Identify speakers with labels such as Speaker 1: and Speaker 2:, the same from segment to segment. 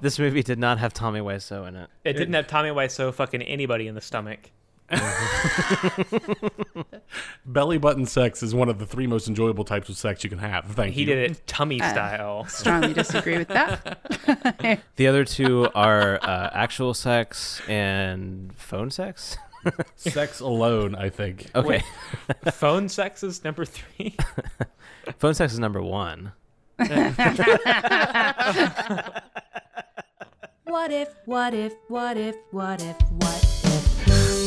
Speaker 1: This movie did not have Tommy Wiseau in it.
Speaker 2: It didn't have Tommy Wiseau fucking anybody in the stomach.
Speaker 3: Belly button sex is one of the three most enjoyable types of sex you can have. Thank
Speaker 2: He
Speaker 3: you.
Speaker 2: did it tummy style.
Speaker 4: Strongly disagree with that.
Speaker 1: The other two are uh, actual sex and phone sex.
Speaker 3: Sex alone, I think.
Speaker 1: Okay,
Speaker 2: Phone sex is number three.
Speaker 1: phone sex is number one.
Speaker 5: What if, what if, what if, what if, what if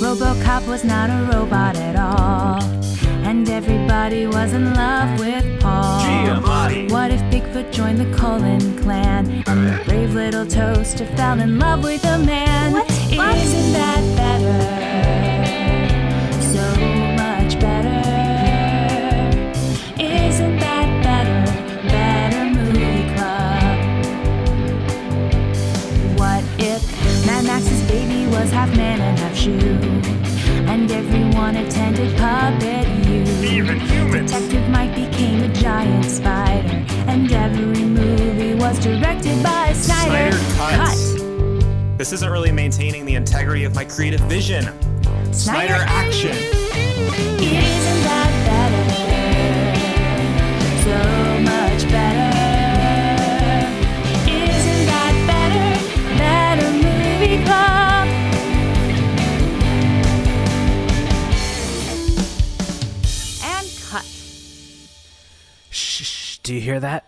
Speaker 5: Robocop was not a robot at all? And everybody was in love with Paul. What if Bigfoot joined the Colin clan? And brave little toaster fell in love with a man. Isn't that better? So much better. Isn't that better? Better movie club. What if Mad Max's baby was half man and half shoe? And everyone attended puppet you. Even humans. Detective Mike became a giant spider. And every movie was directed by Snyder.
Speaker 6: Snyder cuts. This isn't really maintaining the integrity of my creative vision. Snyder action.
Speaker 5: Isn't that better? So much better. Isn't that better? Better movie club. And cut.
Speaker 1: Shh, shh, do you hear that?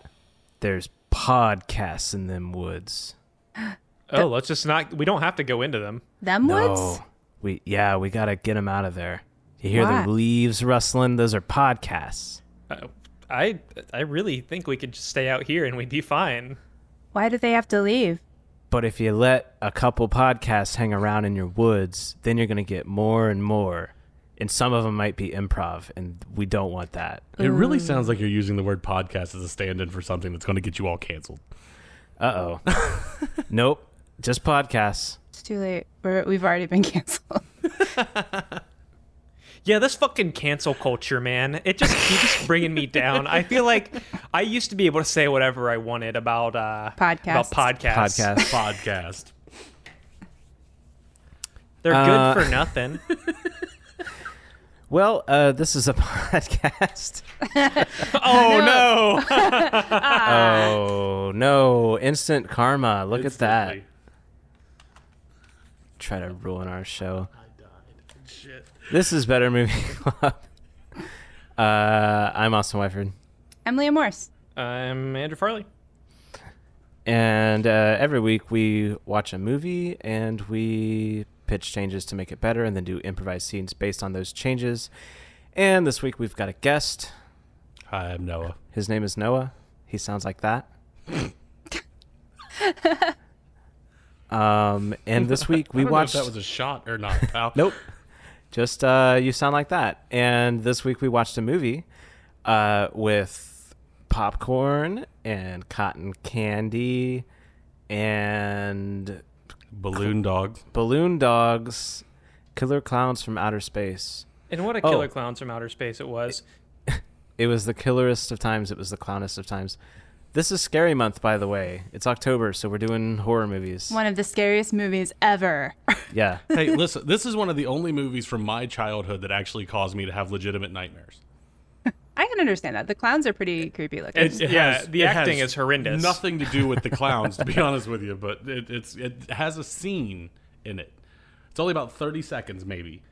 Speaker 1: There's podcasts in them woods.
Speaker 2: Oh, let's just not. We don't have to go into them.
Speaker 4: Them woods?
Speaker 1: No, we yeah, we gotta get them out of there. You hear
Speaker 4: Why?
Speaker 1: the leaves rustling? Those are podcasts.
Speaker 2: Uh, I I really think we could just stay out here and we'd be fine.
Speaker 4: Why do they have to leave?
Speaker 1: But if you let a couple podcasts hang around in your woods, then you're gonna get more and more. And some of them might be improv, and we don't want that.
Speaker 3: It
Speaker 1: Mm.
Speaker 3: really sounds like you're using the word podcast as a stand in for something that's going to get you all canceled.
Speaker 1: Uh oh. nope. Just podcasts.
Speaker 4: It's too late. We're, we've already been canceled.
Speaker 2: Yeah, this fucking cancel culture, man. It just keeps bringing me down. I feel like I used to be able to say whatever I wanted about uh
Speaker 4: Podcasts.
Speaker 2: about podcasts.
Speaker 1: Podcasts.
Speaker 3: Podcast.
Speaker 2: They're
Speaker 1: Uh,
Speaker 2: good for nothing.
Speaker 1: well, uh, this is a podcast.
Speaker 2: oh no.
Speaker 1: oh no! Instant karma. Look at that.
Speaker 3: Instantly.
Speaker 1: Try to ruin our show. This is Better Movie Club. Uh, I'm Austin Wyford.
Speaker 4: I'm Leah Morse.
Speaker 2: I'm Andrew Farley.
Speaker 1: And uh, every week we watch a movie and we pitch changes to make it better and then do improvised scenes based on those changes. And this week we've got a guest.
Speaker 3: Hi, I'm Noah.
Speaker 1: His name is Noah. He sounds like that. um, and this week we
Speaker 3: I don't
Speaker 1: watched.
Speaker 3: know if that was a shot or not, pal.
Speaker 1: Nope. Just uh, you sound like that. And this week we watched a movie uh, with popcorn and cotton candy and
Speaker 3: Balloon dog.
Speaker 1: balloon dogs, killer clowns from outer space.
Speaker 2: And what a
Speaker 1: Oh.
Speaker 2: killer clowns from outer space it was.
Speaker 1: It was the killerest of times. It was the clownest of times. This is scary month, by the way. It's October, so we're doing horror movies.
Speaker 4: One of the scariest movies ever.
Speaker 1: Yeah.
Speaker 3: Hey, listen, this is one of the only movies from my childhood that actually caused me to have legitimate nightmares.
Speaker 4: I can understand that. The clowns are pretty creepy looking.
Speaker 2: It's- yeah, the acting is horrendous.
Speaker 3: Nothing to do with the clowns, to be honest with you, but it, it's it has a scene in it. It's only about thirty seconds, maybe,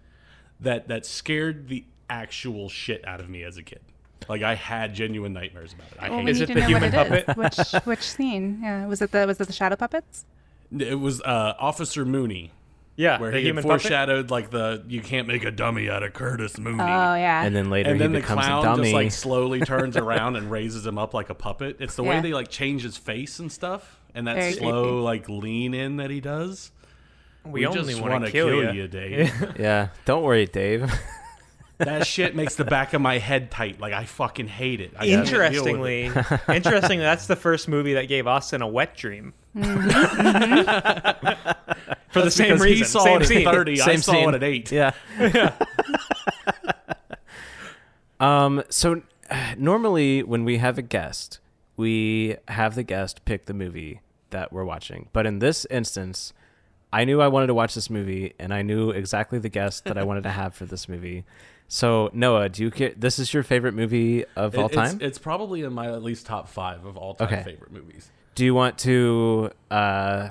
Speaker 3: that that scared the actual shit out of me as a kid. Like I had genuine nightmares about it. I
Speaker 4: Well, we
Speaker 3: hated
Speaker 2: Is
Speaker 4: need
Speaker 2: it
Speaker 4: to
Speaker 2: the
Speaker 4: know
Speaker 2: human
Speaker 4: what it is. Which which scene? Yeah, was it the was it the shadow puppets?
Speaker 3: it. It was uh, Officer Mooney,
Speaker 2: Yeah,
Speaker 3: where
Speaker 2: Ah, the
Speaker 3: he had
Speaker 2: human puppet.
Speaker 3: foreshadowed like the "you can't make a dummy out of Curtis Mooney."
Speaker 4: Oh yeah.
Speaker 1: And then later
Speaker 3: and then
Speaker 1: he
Speaker 3: the
Speaker 1: becomes
Speaker 3: clown
Speaker 1: a dummy.
Speaker 3: just like slowly turns around and raises him up like a puppet. It's the way
Speaker 4: Yeah.
Speaker 3: they like change his face and stuff, and that
Speaker 4: Very
Speaker 3: slow
Speaker 4: creepy.
Speaker 3: like lean in that he does.
Speaker 2: We,
Speaker 3: We
Speaker 2: only
Speaker 3: just
Speaker 2: want
Speaker 3: wanna
Speaker 2: to kill, you
Speaker 3: kill you, Dave.
Speaker 1: yeah. Don't worry, Dave.
Speaker 3: That shit makes the back of my head tight. Like I fucking hate it. I can't deal with it.
Speaker 2: Interestingly, interestingly, that's the first movie that gave Austin a wet dream. For the same
Speaker 3: Mm-hmm. because
Speaker 2: reason,
Speaker 3: he saw
Speaker 2: same
Speaker 3: it at
Speaker 2: scene.
Speaker 3: thirty. I
Speaker 1: Same
Speaker 3: saw
Speaker 1: scene.
Speaker 3: it at eight.
Speaker 1: Yeah. um. So uh, normally when we have a guest, we have the guest pick the movie that we're watching. But in this instance, I knew I wanted to watch this movie, and I knew exactly the guest that I wanted to have for this movie. So Noah, do you care? This is your favorite movie of all
Speaker 3: It- it's-
Speaker 1: time.
Speaker 3: It's, probably in my at least top five of all time
Speaker 1: Okay.
Speaker 3: favorite movies.
Speaker 1: do you want to? Uh,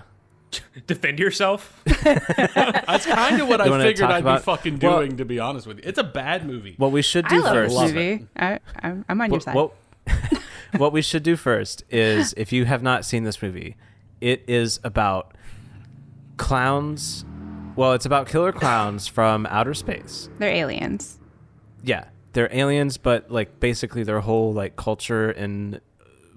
Speaker 2: Defend yourself.
Speaker 3: That's kind of what I
Speaker 1: wanna
Speaker 3: figured
Speaker 1: talk
Speaker 3: I'd
Speaker 1: about-
Speaker 3: be fucking
Speaker 1: well-
Speaker 3: doing, to be honest with you. It's a bad movie.
Speaker 1: what we should
Speaker 4: I
Speaker 1: do
Speaker 4: love
Speaker 1: first?
Speaker 4: this movie. I, I'm, I'm on your side.
Speaker 1: What, what we should do first is if you have not seen this movie, it is about clowns. Well, it's about killer clowns from outer space.
Speaker 4: They're aliens.
Speaker 1: Yeah, they're aliens, but like basically their whole like culture and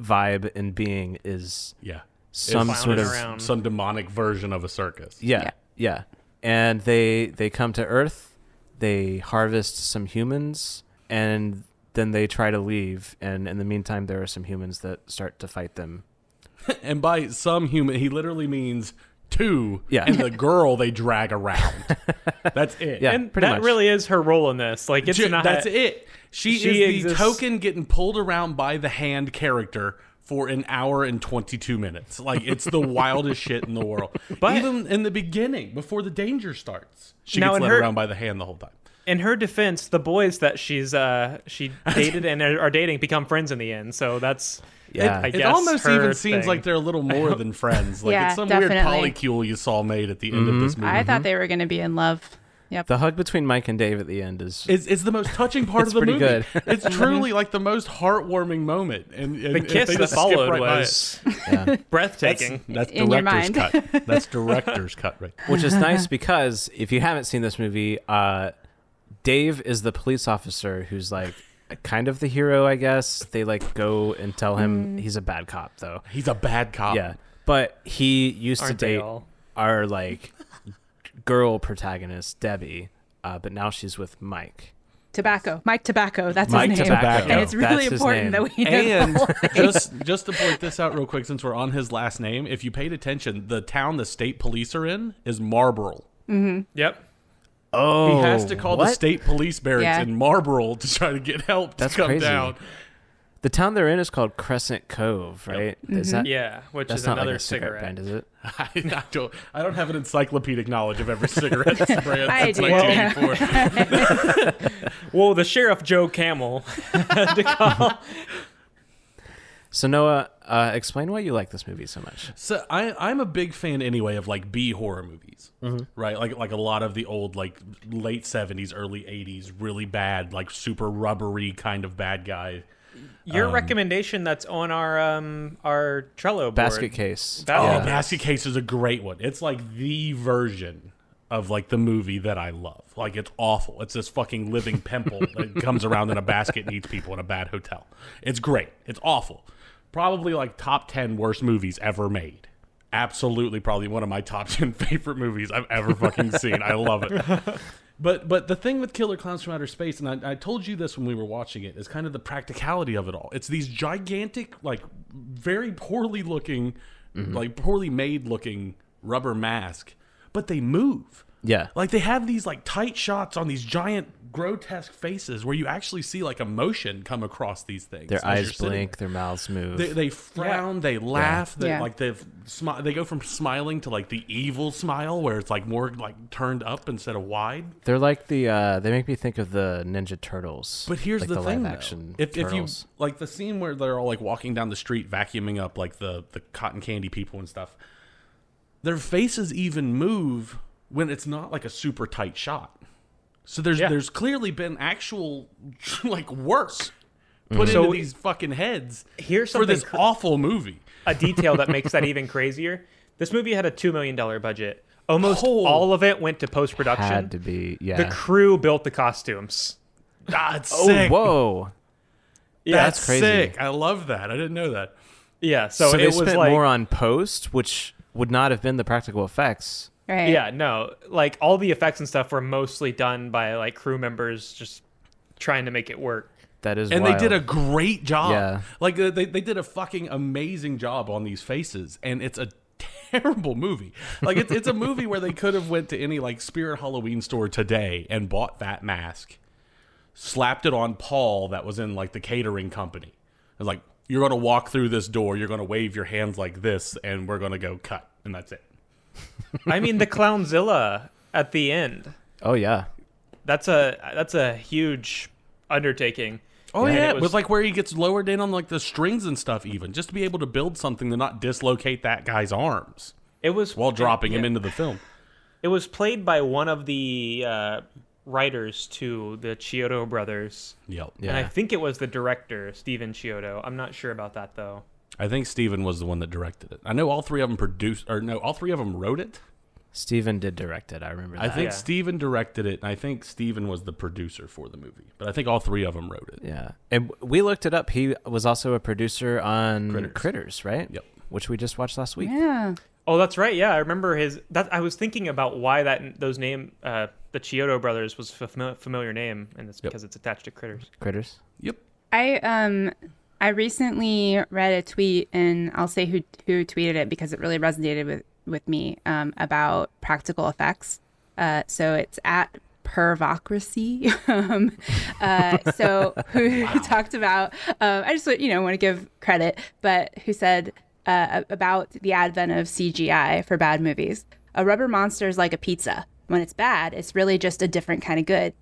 Speaker 1: vibe and being is
Speaker 3: yeah.
Speaker 1: some
Speaker 3: It's
Speaker 1: sort of
Speaker 2: around. Clown.
Speaker 3: some demonic version of a circus.
Speaker 1: yeah,
Speaker 4: Yeah.
Speaker 1: yeah and they they come to earth they harvest some humans and then they try to leave and in the meantime there are some humans that start to fight them
Speaker 3: And by some human, he literally means two.
Speaker 1: Yeah.
Speaker 3: And the girl they drag around. That's it.
Speaker 1: Yeah,
Speaker 2: and
Speaker 1: pretty
Speaker 2: that
Speaker 1: much.
Speaker 2: really is her role in this. Like it's
Speaker 3: Ju-
Speaker 2: not.
Speaker 3: that's it. She,
Speaker 2: she
Speaker 3: is the
Speaker 2: exists-
Speaker 3: token getting pulled around by the hand character for an hour and 22 minutes. Like, it's the wildest shit in the world. But even in the beginning, before the danger starts, she
Speaker 2: Now
Speaker 3: gets
Speaker 2: in
Speaker 3: led
Speaker 2: her-
Speaker 3: around by the hand the whole time.
Speaker 2: In her defense, the boys that she's uh she dated and are are dating become friends in the end. So that's
Speaker 1: Yeah.
Speaker 2: I
Speaker 1: It
Speaker 3: It
Speaker 2: guess
Speaker 3: almost
Speaker 2: her
Speaker 3: even seems
Speaker 2: thing.
Speaker 3: like they're a little more than friends. Like,
Speaker 4: Yeah,
Speaker 3: it's some
Speaker 4: definitely.
Speaker 3: weird polycule you saw made at the end of
Speaker 2: Mm-hmm.
Speaker 3: this movie.
Speaker 4: I thought they were going to be in love. Yep.
Speaker 1: Mm-hmm. the hug between mike and dave at the end is
Speaker 3: is, is the most touching part
Speaker 1: It's
Speaker 3: of the
Speaker 1: pretty
Speaker 3: movie.
Speaker 1: good.
Speaker 3: It's truly like the most heartwarming moment. And, and
Speaker 2: the
Speaker 3: if
Speaker 2: kiss
Speaker 3: they
Speaker 2: that
Speaker 3: just skip
Speaker 2: followed
Speaker 3: right by it-
Speaker 2: was
Speaker 1: yeah.
Speaker 2: breathtaking.
Speaker 3: That's
Speaker 4: In your
Speaker 3: director's
Speaker 4: mind.
Speaker 3: cut. That's director's cut, right?
Speaker 1: which is nice because if you haven't seen this movie uh dave is the police officer who's like kind of the hero i guess they like go and tell him he's a bad cop though
Speaker 3: He's a bad cop.
Speaker 1: Yeah, but he used
Speaker 2: Aren't
Speaker 1: to
Speaker 2: they
Speaker 1: date
Speaker 2: all?
Speaker 1: our like girl protagonist Debbie, uh, but now she's with Mike.
Speaker 4: Tobacco. Mike Tobacco. That's
Speaker 1: Mike
Speaker 4: his name.
Speaker 1: Tobacco.
Speaker 4: And it's really
Speaker 1: That's his
Speaker 4: important that
Speaker 1: name.
Speaker 4: we know.
Speaker 3: And just just to point this out real quick, since we're on his last name, if you paid attention, the town the state police are in is Marlboro.
Speaker 2: Yep.
Speaker 1: Oh,
Speaker 3: he has to call the state police barracks
Speaker 4: Yeah.
Speaker 3: in Marlboro to try to get help
Speaker 1: That's
Speaker 3: to come
Speaker 1: crazy.
Speaker 3: down.
Speaker 1: The town they're in is called Crescent Cove, right? Is that
Speaker 2: Mm-hmm. Yeah, which
Speaker 1: That's
Speaker 2: is
Speaker 1: not
Speaker 2: another
Speaker 1: like a cigarette, brand, is
Speaker 2: cigarette.
Speaker 1: it?
Speaker 3: I, I don't. I don't have an encyclopedic knowledge of every cigarette brand
Speaker 4: I
Speaker 3: since
Speaker 4: do.
Speaker 3: 1984.
Speaker 2: Well, the sheriff Joe Camel.
Speaker 1: So Noah, uh, explain why you like this movie so much.
Speaker 3: So I, I'm a big fan anyway of like B horror movies, right? Like like a lot of the old like late seventies, early eighties, really bad, like super rubbery kind of bad guy.
Speaker 1: Um,
Speaker 2: Your recommendation that's on our um our Trello board.
Speaker 1: Basket case.
Speaker 2: That-
Speaker 3: Oh, Basket Case is a great one. It's like the version of like the movie that I love. Like it's awful. It's this fucking living pimple that comes around in a basket and eats people in a bad hotel. It's great. It's awful. Probably like top ten worst movies ever made. Absolutely, probably one of my top ten favorite movies I've ever fucking seen. I love it. But but the thing with Killer Clowns from Outer Space, and I, I told you this when we were watching it, is kind of the practicality of it all. It's these gigantic, like very poorly looking,
Speaker 1: Mm-hmm.
Speaker 3: like poorly made looking rubber mask, but they move.
Speaker 1: Yeah.
Speaker 3: Like they have these like tight shots on these giant grotesque faces where you actually see like emotion come across these things.
Speaker 1: Their
Speaker 3: as you're
Speaker 1: eyes
Speaker 3: sitting there.
Speaker 1: blink, their mouths move.
Speaker 3: They, they frown, they laugh, they
Speaker 4: Yeah.
Speaker 3: like they smi- they go from smiling to like the evil smile where it's like more like turned up instead of wide.
Speaker 1: They're like the. Uh, they make me think of the Ninja Turtles.
Speaker 3: But here's
Speaker 1: like
Speaker 3: the, thing,
Speaker 1: live
Speaker 3: though.
Speaker 1: action
Speaker 3: if if you
Speaker 1: Turtles.
Speaker 3: like the scene where they're all like walking down the street, vacuuming up like the the cotton candy people and stuff, their faces even move when it's not like a super tight shot. So there's
Speaker 2: Yeah.
Speaker 3: there's clearly been actual like work put
Speaker 2: So-
Speaker 3: into these fucking heads
Speaker 2: Here's
Speaker 3: for this
Speaker 2: something cr-
Speaker 3: awful movie.
Speaker 2: a detail that makes that even crazier. This movie had a two million dollar budget. Almost
Speaker 3: Oh.
Speaker 2: all of it went to post
Speaker 1: had to
Speaker 2: production.
Speaker 1: be yeah.
Speaker 2: The crew built the costumes.
Speaker 3: Ah, it's
Speaker 1: oh,
Speaker 3: sick.
Speaker 1: whoa.
Speaker 2: Yeah,
Speaker 1: That's crazy.
Speaker 3: Sick. I love that. I didn't know that.
Speaker 2: Yeah, so,
Speaker 1: so
Speaker 2: it
Speaker 1: they
Speaker 2: was
Speaker 1: spent
Speaker 2: like
Speaker 1: more on post, which would not have been the practical effects.
Speaker 4: Right.
Speaker 2: yeah, no, like all the effects and stuff were mostly done by like crew members just trying to make it work.
Speaker 1: That is,
Speaker 3: and
Speaker 1: wild.
Speaker 3: they did a great job.
Speaker 1: Yeah.
Speaker 3: Like uh, they, they did a fucking amazing job on these faces, and it's a terrible movie. Like it's it's a movie where they could have went to any like Spirit Halloween store today and bought that mask, slapped it on Paul that was in like the catering company. I was like, you're going to walk through this door, you're going to wave your hands like this, and we're going to go cut, and that's it.
Speaker 2: I mean, the clownzilla at the end.
Speaker 1: Oh yeah.
Speaker 2: That's a that's a huge undertaking.
Speaker 3: Oh
Speaker 2: And
Speaker 3: yeah,
Speaker 2: it was-
Speaker 3: with like where he gets lowered in on like the strings and stuff, even just to be able to build something to not dislocate that guy's arms
Speaker 2: It was
Speaker 3: while dropping him
Speaker 2: yeah.
Speaker 3: into the film.
Speaker 2: It was played by one of the uh, writers to the Chiodo brothers,
Speaker 3: Yep.
Speaker 2: and I
Speaker 1: Yeah.
Speaker 2: think it was the director Steven Chiodo. I'm not sure about that though.
Speaker 3: I think Steven was the one that directed it. I know all three of them produced, or no, all three of them wrote it.
Speaker 1: Steven did direct it. I remember that.
Speaker 3: I think
Speaker 2: Yeah.
Speaker 3: Steven directed it, and I think Steven was the producer for the movie. But I think all three of them wrote it.
Speaker 1: Yeah. And w- we looked it up. He was also a producer on
Speaker 3: Critters.
Speaker 1: Critters, right?
Speaker 3: Yep.
Speaker 1: Which we just watched last week.
Speaker 4: Yeah.
Speaker 2: Oh, that's right. Yeah, I remember his. That I was thinking about why that those name uh, the Chiodo brothers was a fami- familiar name, and it's because it's attached to critters.
Speaker 1: Critters.
Speaker 3: Yep.
Speaker 4: I um I recently read a tweet and I'll say who who tweeted it because it really resonated with with me um, about practical effects. Uh, so it's at pervocracy. um, uh, so who talked about? Um, I just you know want to give credit, but who said uh, about the advent of CGI for bad movies? A rubber monster is like a pizza. When it's bad, it's really just a different kind of good.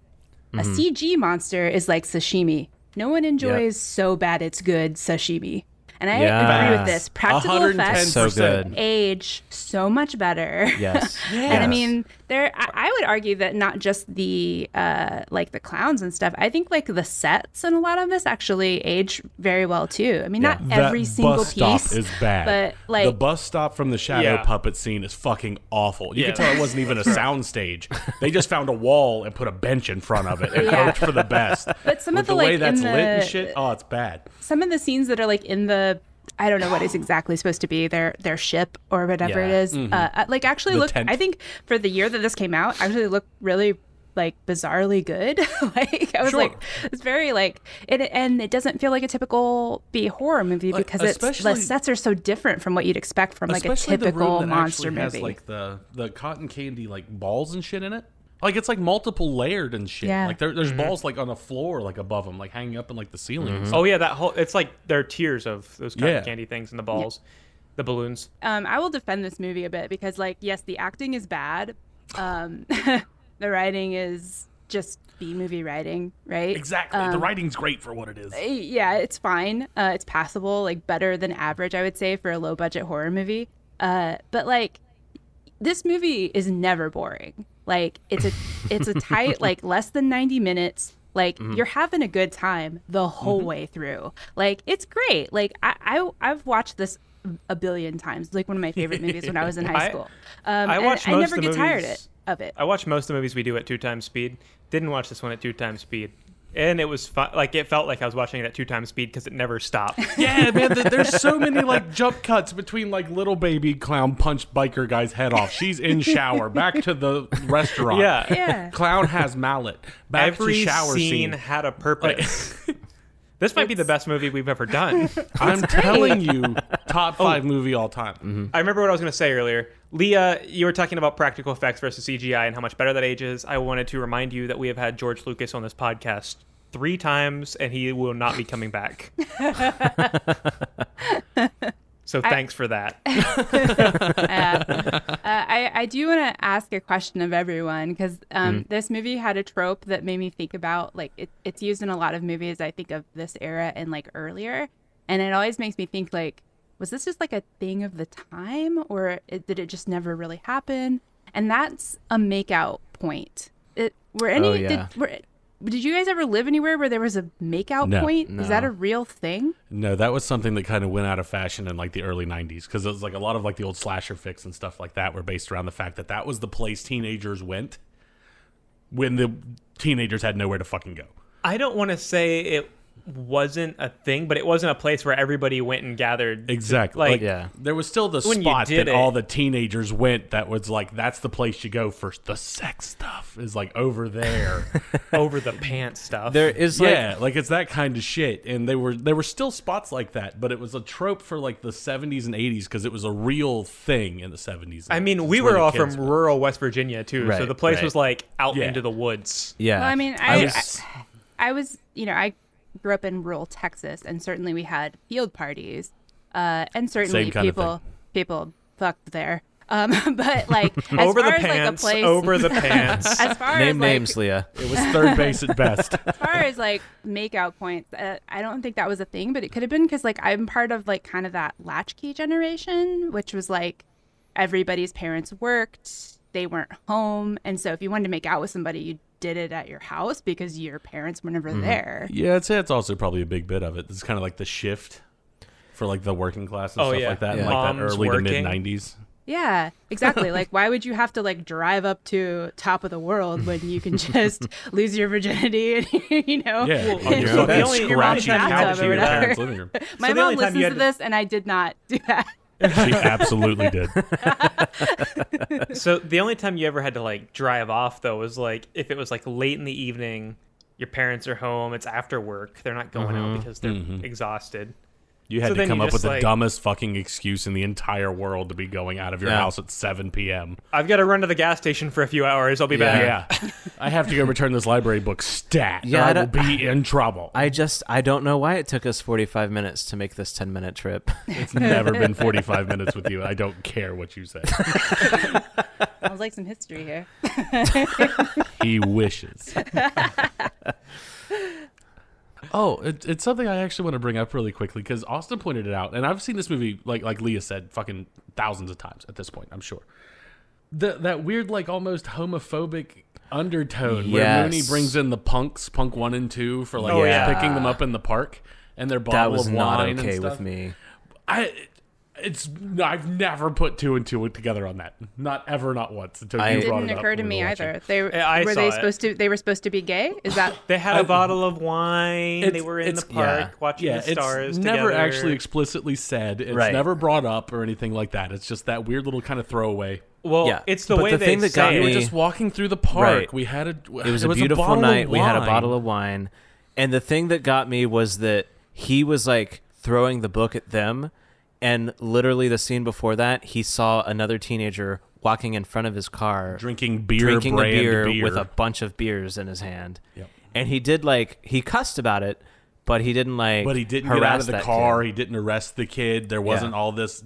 Speaker 4: A
Speaker 1: Mm-hmm.
Speaker 4: CG monster is like sashimi. No one enjoys so bad it's good sashimi. And I
Speaker 1: Yeah.
Speaker 4: agree with this. Practical effects
Speaker 1: So good.
Speaker 4: age so much better.
Speaker 1: Yes.
Speaker 4: And I mean, there. I, I would argue that not just the uh, like the clowns and stuff. I think like the sets and a lot of this actually age very well too. I mean, not every
Speaker 3: that
Speaker 4: single
Speaker 3: bus
Speaker 4: piece
Speaker 3: stop is bad.
Speaker 4: but like
Speaker 3: the bus stop from the shadow
Speaker 2: Yeah.
Speaker 3: puppet scene is fucking awful. You
Speaker 2: Yeah.
Speaker 3: could tell it wasn't even a sound stage. They just found a wall and put a bench in front of it and
Speaker 4: Yeah.
Speaker 3: hoped for the best.
Speaker 4: But some
Speaker 3: With
Speaker 4: of the,
Speaker 3: way
Speaker 4: like,
Speaker 3: that's
Speaker 4: in
Speaker 3: lit and
Speaker 4: the-
Speaker 3: shit. Oh, it's bad.
Speaker 4: some of the scenes that are like in the I don't know what it's exactly supposed to be their their ship or whatever
Speaker 1: Yeah.
Speaker 4: it is. Uh, uh, like actually
Speaker 3: Mm-hmm. The
Speaker 4: look,
Speaker 3: tent.
Speaker 4: I think for the year that this came out, actually looked really like bizarrely good. like I was
Speaker 3: Sure.
Speaker 4: like, it's very like it, and it doesn't feel like a typical B horror movie
Speaker 3: Like,
Speaker 4: because it's the
Speaker 3: especially-
Speaker 4: sets are so different from what you'd expect from like a
Speaker 3: Especially the room
Speaker 4: typical
Speaker 3: that
Speaker 4: monster
Speaker 3: actually
Speaker 4: movie.
Speaker 3: has like the the cotton candy like balls and shit in it. Like it's like multiple layered and shit.
Speaker 4: Yeah.
Speaker 3: Like there,
Speaker 2: Mm-hmm.
Speaker 3: there's balls like on a floor like above them, like hanging up in like the ceiling. and stuff.
Speaker 2: Oh yeah, that whole it's like there are tiers of those cotton
Speaker 3: Yeah.
Speaker 2: candy things and the balls, the balloons.
Speaker 4: um, I will defend this movie a bit because, like, yes, the acting is bad. Um, the writing is just B movie writing, right?
Speaker 3: Exactly.
Speaker 4: Um,
Speaker 3: the writing's great for what it is.
Speaker 4: Uh, Yeah, it's fine. Uh, it's passable, like better than average, I would say, for a low budget horror movie. Uh, but like, this movie is never boring. Like, it's a it's a tight, like less than ninety minutes. Like
Speaker 2: Mm-hmm.
Speaker 4: you're having a good time the whole way through. Like it's great. Like I, I I've watched this a billion times. Like one of my favorite movies when I was in high
Speaker 2: I-
Speaker 4: school. Um,
Speaker 2: I
Speaker 4: and
Speaker 2: watch
Speaker 4: I
Speaker 2: most
Speaker 4: never
Speaker 2: of the
Speaker 4: get tired it,
Speaker 2: movies-
Speaker 4: of it.
Speaker 2: I watch most of the movies we do at two times speed. Didn't watch this one at two times speed, and it was fun. Like it felt like I was watching it at two times speed because it never stopped.
Speaker 3: Yeah, man. th- There's so many like jump cuts between like little baby clown punched biker guy's head off. She's in shower. Back to the restaurant.
Speaker 2: Yeah.
Speaker 4: Yeah.
Speaker 3: Clown has mallet. Back
Speaker 2: Every
Speaker 3: to shower
Speaker 2: scene,
Speaker 3: scene.
Speaker 2: had a purpose. this might be the best movie we've ever done.
Speaker 3: I'm telling you, top
Speaker 2: Oh.
Speaker 3: five movie all time.
Speaker 2: I remember what I was going to say earlier. Leah, you were talking about practical effects versus CGI and how much better that age is. I wanted to remind you that we have had George Lucas on this podcast three times, and he will not be coming back. so thanks for that.
Speaker 4: Uh, I, I do want to ask a question of everyone because um, this movie had a trope that made me think about like it, it's used in a lot of movies. I think of this era and like earlier, and it always makes me think like, was this just like a thing of the time, or it, did it just never really happen? And that's a makeout point. It, were any?
Speaker 1: Oh, yeah.
Speaker 4: Did, were, did you guys ever live anywhere where there was a makeout
Speaker 3: No.
Speaker 4: point? Is that a real thing?
Speaker 3: No, that was something that kind of went out of fashion in like the early 90s because it was like a lot of like the old slasher flicks and stuff like that were based around the fact that that was the place teenagers went when the teenagers had nowhere to fucking go.
Speaker 2: I don't want to say it wasn't a thing, but it wasn't a place where everybody went and gathered.
Speaker 3: Exactly.
Speaker 2: Like,
Speaker 3: Like,
Speaker 1: yeah.
Speaker 3: there was still the
Speaker 2: When you
Speaker 3: spot
Speaker 2: did
Speaker 3: that
Speaker 2: it-
Speaker 3: all the teenagers went that was like, that's the place you go for the sex stuff is like over there.
Speaker 2: over the pants stuff.
Speaker 1: There is like
Speaker 3: yeah, like it's that kind of shit. And they were there were still spots like that, but it was a trope for like the 70s and 80s because it was a real thing in the 70s.
Speaker 2: I mean, we were all from rural West Virginia too, so
Speaker 1: Right,
Speaker 2: the place
Speaker 1: right.
Speaker 2: was like out
Speaker 3: Yeah.
Speaker 2: into the woods.
Speaker 1: yeah.
Speaker 4: Well, I mean,
Speaker 3: I
Speaker 4: I
Speaker 3: was
Speaker 4: I was, you know, I grew up in rural Texas, and certainly we had field parties, uh, and certainly
Speaker 3: Same kind of
Speaker 4: people people fucked there. Um, but like as
Speaker 2: over the
Speaker 4: far as
Speaker 2: pants,
Speaker 4: like a place,
Speaker 2: over the pants.
Speaker 4: as far as
Speaker 1: Name
Speaker 4: like,
Speaker 1: names, Leah.
Speaker 3: It was third base at best.
Speaker 4: as far as like make out points, uh, I don't think that was a thing, but it could have been because like I'm part of like kind of that latchkey generation, which was like everybody's parents worked, they weren't home, and so if you wanted to make out with somebody, you did it at your house because your parents were
Speaker 2: Mm-hmm.
Speaker 4: never there.
Speaker 3: Yeah, I'd say it's also probably a big bit of it. It's kind of like the shift for like the working class and
Speaker 2: Oh,
Speaker 3: stuff
Speaker 2: yeah.
Speaker 3: like that,
Speaker 2: Yeah.
Speaker 3: in like that
Speaker 2: Moms
Speaker 3: early to
Speaker 2: working.
Speaker 3: mid nineties.
Speaker 4: Yeah, exactly. like, why would you have to like drive up to top of the world when you can just lose your virginity and you know?
Speaker 3: Yeah,
Speaker 2: Well,
Speaker 3: on your
Speaker 2: so the
Speaker 3: own
Speaker 2: only-
Speaker 4: your mom's
Speaker 3: scratchy
Speaker 4: bathtub
Speaker 3: couch
Speaker 4: or
Speaker 3: in your
Speaker 4: whatever.
Speaker 3: parents' living room.
Speaker 4: My
Speaker 2: so the
Speaker 4: mom
Speaker 2: only time
Speaker 4: listens
Speaker 2: you
Speaker 4: to
Speaker 2: had to-
Speaker 4: this, and I did not do that.
Speaker 3: She absolutely did.
Speaker 2: So the only time you ever had to like drive off though was like if it was like late in the evening, your parents are home, it's after work, they're not going out because they're exhausted.
Speaker 3: You had
Speaker 2: So
Speaker 3: to
Speaker 2: then
Speaker 3: come
Speaker 2: you
Speaker 3: up with
Speaker 2: just,
Speaker 3: the
Speaker 2: like-
Speaker 3: dumbest fucking excuse in the entire world to be going out of your
Speaker 1: Yeah.
Speaker 3: house at 7 p.m.
Speaker 2: I've got to run to the gas station for a few hours. I'll be
Speaker 1: Yeah.
Speaker 2: back.
Speaker 3: Yeah. I have to go return this library book stat.
Speaker 1: Yeah, I
Speaker 3: Yeah, I will
Speaker 1: don't-
Speaker 3: be in trouble.
Speaker 1: I just I don't know why it took us 45 minutes to make this 10 minute trip.
Speaker 3: It's never been 45 minutes with you. I don't care what you say.
Speaker 4: Sounds like some history here.
Speaker 3: He wishes. oh, it, it's something I actually want to bring up really quickly because Austin pointed it out, and I've seen this movie like like Leah said, fucking thousands of times at this point. I'm sure. The, that weird, like almost homophobic undertone where Mooney
Speaker 1: Yes.
Speaker 3: brings in the punks, punk one and two, for like
Speaker 2: Oh, yeah.
Speaker 3: picking them up in the park and their bottle
Speaker 1: that was
Speaker 3: of
Speaker 1: not
Speaker 3: wine and
Speaker 1: okay with
Speaker 3: stuff.
Speaker 1: me.
Speaker 3: I it's I've never put two and two together on that. Not ever, not once. Until
Speaker 1: I-
Speaker 3: you
Speaker 1: It
Speaker 4: It
Speaker 3: brought
Speaker 4: didn't
Speaker 3: it up
Speaker 4: occur to
Speaker 3: when we
Speaker 4: me
Speaker 3: were watching.
Speaker 4: either. They
Speaker 2: I
Speaker 4: were
Speaker 2: saw
Speaker 4: they
Speaker 2: it.
Speaker 4: supposed to they were supposed to be gay? Is that
Speaker 2: They had a
Speaker 3: I-
Speaker 2: bottle of wine. They
Speaker 3: It's-
Speaker 2: were in the
Speaker 3: it's-
Speaker 2: park
Speaker 1: yeah.
Speaker 2: watching
Speaker 3: Yeah,
Speaker 2: the stars.
Speaker 3: it's never
Speaker 2: together.
Speaker 3: actually explicitly said. It's
Speaker 1: Right.
Speaker 3: never brought up or anything like that. It's just that weird little kind of throwaway.
Speaker 2: Well,
Speaker 1: Yeah.
Speaker 2: it's the
Speaker 1: But
Speaker 2: way
Speaker 1: the
Speaker 2: they
Speaker 1: thing that got
Speaker 2: say
Speaker 3: We
Speaker 2: it.
Speaker 3: were
Speaker 1: me-
Speaker 3: just walking through the park.
Speaker 1: Right.
Speaker 3: We had a.
Speaker 1: It was a beautiful night. We had a bottle of wine. And the thing that got me was that he was like throwing the book at them. And literally the scene before that, he saw another teenager walking in front of his car,
Speaker 3: drinking beer,
Speaker 1: drinking a
Speaker 3: brand
Speaker 1: beer, with a bunch of beers in his hand.
Speaker 3: Yep.
Speaker 1: And he did like, he cussed about it, but he didn't like,
Speaker 3: But he didn't
Speaker 1: harass
Speaker 3: get out of the
Speaker 1: that
Speaker 3: car.
Speaker 1: kid.
Speaker 3: He didn't arrest the kid. There wasn't all this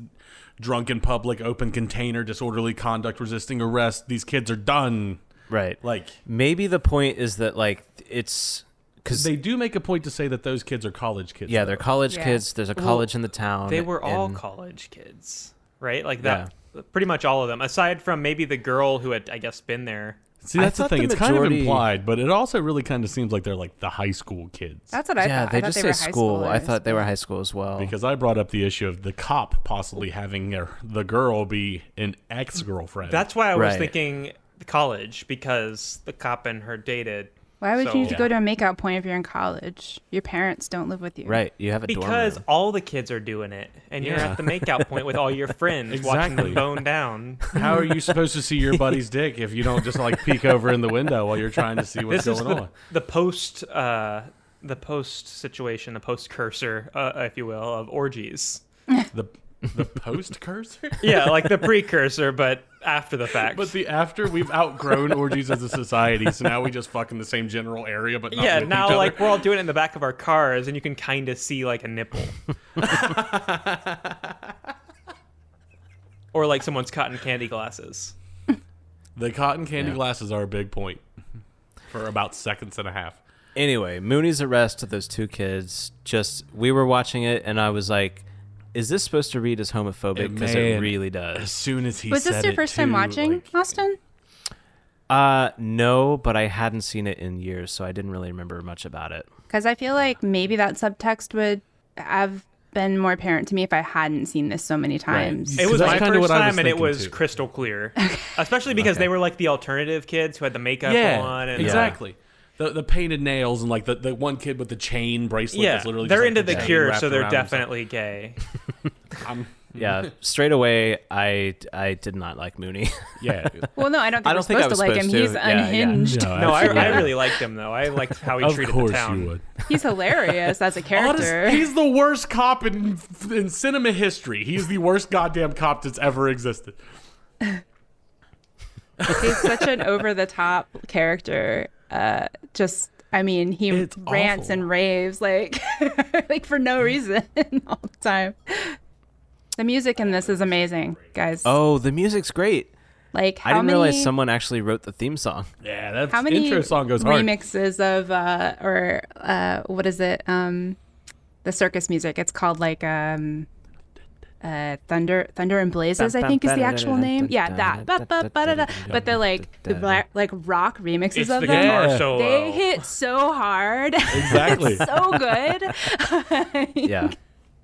Speaker 3: drunken public, open container, disorderly conduct, resisting arrest. These kids are done.
Speaker 1: Right.
Speaker 3: Like
Speaker 1: Maybe the point is that like, it's because,
Speaker 3: they do make a point to say that those kids are college kids.
Speaker 1: yeah, they're college
Speaker 4: Yeah.
Speaker 1: kids. There's a college in the town.
Speaker 2: They were all
Speaker 1: and-
Speaker 2: college kids, right? Like that. Pretty much all of them, aside from maybe the girl who had, I guess, been there.
Speaker 3: See,
Speaker 1: I
Speaker 3: that's the
Speaker 1: thought the
Speaker 3: thing. it's kind of
Speaker 1: majority-
Speaker 3: implied, but it also really kind of seems like they're like the high school kids.
Speaker 4: that's what I
Speaker 1: yeah,
Speaker 4: thought.
Speaker 1: they
Speaker 4: I thought
Speaker 1: just
Speaker 4: they
Speaker 1: say
Speaker 4: were high
Speaker 1: school. I
Speaker 4: schoolers.
Speaker 1: thought they were high school as well.
Speaker 3: Because I brought up the issue of the cop possibly having her, the girl be an ex girlfriend.
Speaker 2: That's why I was
Speaker 1: Right.
Speaker 2: thinking college because the cop and her dated.
Speaker 4: Why would
Speaker 2: So-
Speaker 4: you need to
Speaker 3: Yeah.
Speaker 4: go to a makeout point if you're in college? Your parents don't live with you.
Speaker 1: Right, you have a dorm
Speaker 2: Because
Speaker 1: room.
Speaker 2: all the kids are doing it, and you're
Speaker 3: Yeah.
Speaker 2: at the makeout point with all your friends watching them
Speaker 3: Exactly.
Speaker 2: bone down.
Speaker 3: how are you supposed to see your buddy's dick if you don't just like peek over in the window while you're trying to see what's
Speaker 2: This is
Speaker 3: going
Speaker 2: the,
Speaker 3: on?
Speaker 2: the post, uh, the post situation, the post cursor, uh, if you will, of orgies.
Speaker 3: The the post cursor,
Speaker 2: Yeah, like the precursor, but after the fact.
Speaker 3: but the after we've outgrown orgies as a society, so now we just fuck in the same general area, but not
Speaker 2: yeah,
Speaker 3: with
Speaker 2: now
Speaker 3: each
Speaker 2: like
Speaker 3: other.
Speaker 2: we're all doing it in the back of our cars, and you can kind of see like a nipple, or like someone's cotton candy glasses.
Speaker 3: the cotton candy
Speaker 1: Yeah.
Speaker 3: glasses are a big point for about seconds and a half.
Speaker 1: Anyway, Mooney's arrest of those two kids. Just we were watching it, and I was like, "Is this supposed to read as homophobic? Because it,
Speaker 3: Man.
Speaker 1: really
Speaker 3: As
Speaker 1: does."
Speaker 3: soon as he
Speaker 4: Was this
Speaker 3: said
Speaker 4: your
Speaker 3: it,
Speaker 4: first time
Speaker 3: too,
Speaker 4: watching
Speaker 3: like-
Speaker 4: Austin?
Speaker 1: Uh, no, but I hadn't seen it in years, so I didn't really remember much about it.
Speaker 4: Because I feel like maybe that subtext would have been more apparent to me if I hadn't seen this so many times.
Speaker 2: It was
Speaker 3: That's
Speaker 2: my
Speaker 3: kinda
Speaker 2: first
Speaker 3: what I was
Speaker 2: time, and it
Speaker 3: thinking,
Speaker 2: was
Speaker 3: too.
Speaker 2: crystal clear. Especially because they were like the alternative kids who had the makeup
Speaker 3: yeah,
Speaker 2: on. And
Speaker 3: exactly. The, the painted nails and like the, the one kid with the chain bracelet.
Speaker 2: Yeah,
Speaker 3: that's literally
Speaker 2: they're
Speaker 3: just, like,
Speaker 2: into the
Speaker 3: chain
Speaker 2: cure,
Speaker 3: wrapped
Speaker 2: so they're
Speaker 3: around himself.
Speaker 2: definitely gay.
Speaker 3: I'm-
Speaker 1: Yeah, straight away, I I did not like Mooney.
Speaker 3: yeah,
Speaker 4: Well, no, I don't think
Speaker 1: I
Speaker 4: I
Speaker 1: don't
Speaker 4: we're
Speaker 1: think I
Speaker 4: supposed
Speaker 1: was
Speaker 4: to like him.
Speaker 1: supposed to.
Speaker 4: He's
Speaker 1: Yeah, yeah.
Speaker 4: unhinged.
Speaker 2: No, I, I really liked him though. I liked how he
Speaker 3: Of
Speaker 2: treated the
Speaker 3: course
Speaker 2: town.
Speaker 3: you would.
Speaker 4: He's hilarious as a character.
Speaker 3: Honest- he's the worst cop in in cinema history. He's the worst goddamn cop that's ever existed.
Speaker 4: He's such an over the top character. Uh, just I mean, he
Speaker 3: It's
Speaker 4: rants
Speaker 3: awful. Mm.
Speaker 4: and raves like like for no reason all the time. The music in this is amazing, guys.
Speaker 1: Oh, the music's great.
Speaker 4: like how
Speaker 1: I didn't
Speaker 4: many
Speaker 1: realize someone actually wrote the theme song.
Speaker 3: Yeah, that
Speaker 4: how many
Speaker 3: intro song goes hard.
Speaker 4: remixes of uh or uh what is it um the circus music? It's called like um uh thunder thunder and blazes I think is the actual name. Yeah, that. But the like the bla- like rock remixes
Speaker 2: It's
Speaker 4: of
Speaker 2: the
Speaker 4: them.
Speaker 2: guitar
Speaker 3: Yeah.
Speaker 2: solo.
Speaker 4: They hit so hard.
Speaker 3: Exactly.
Speaker 4: so good.
Speaker 1: Yeah,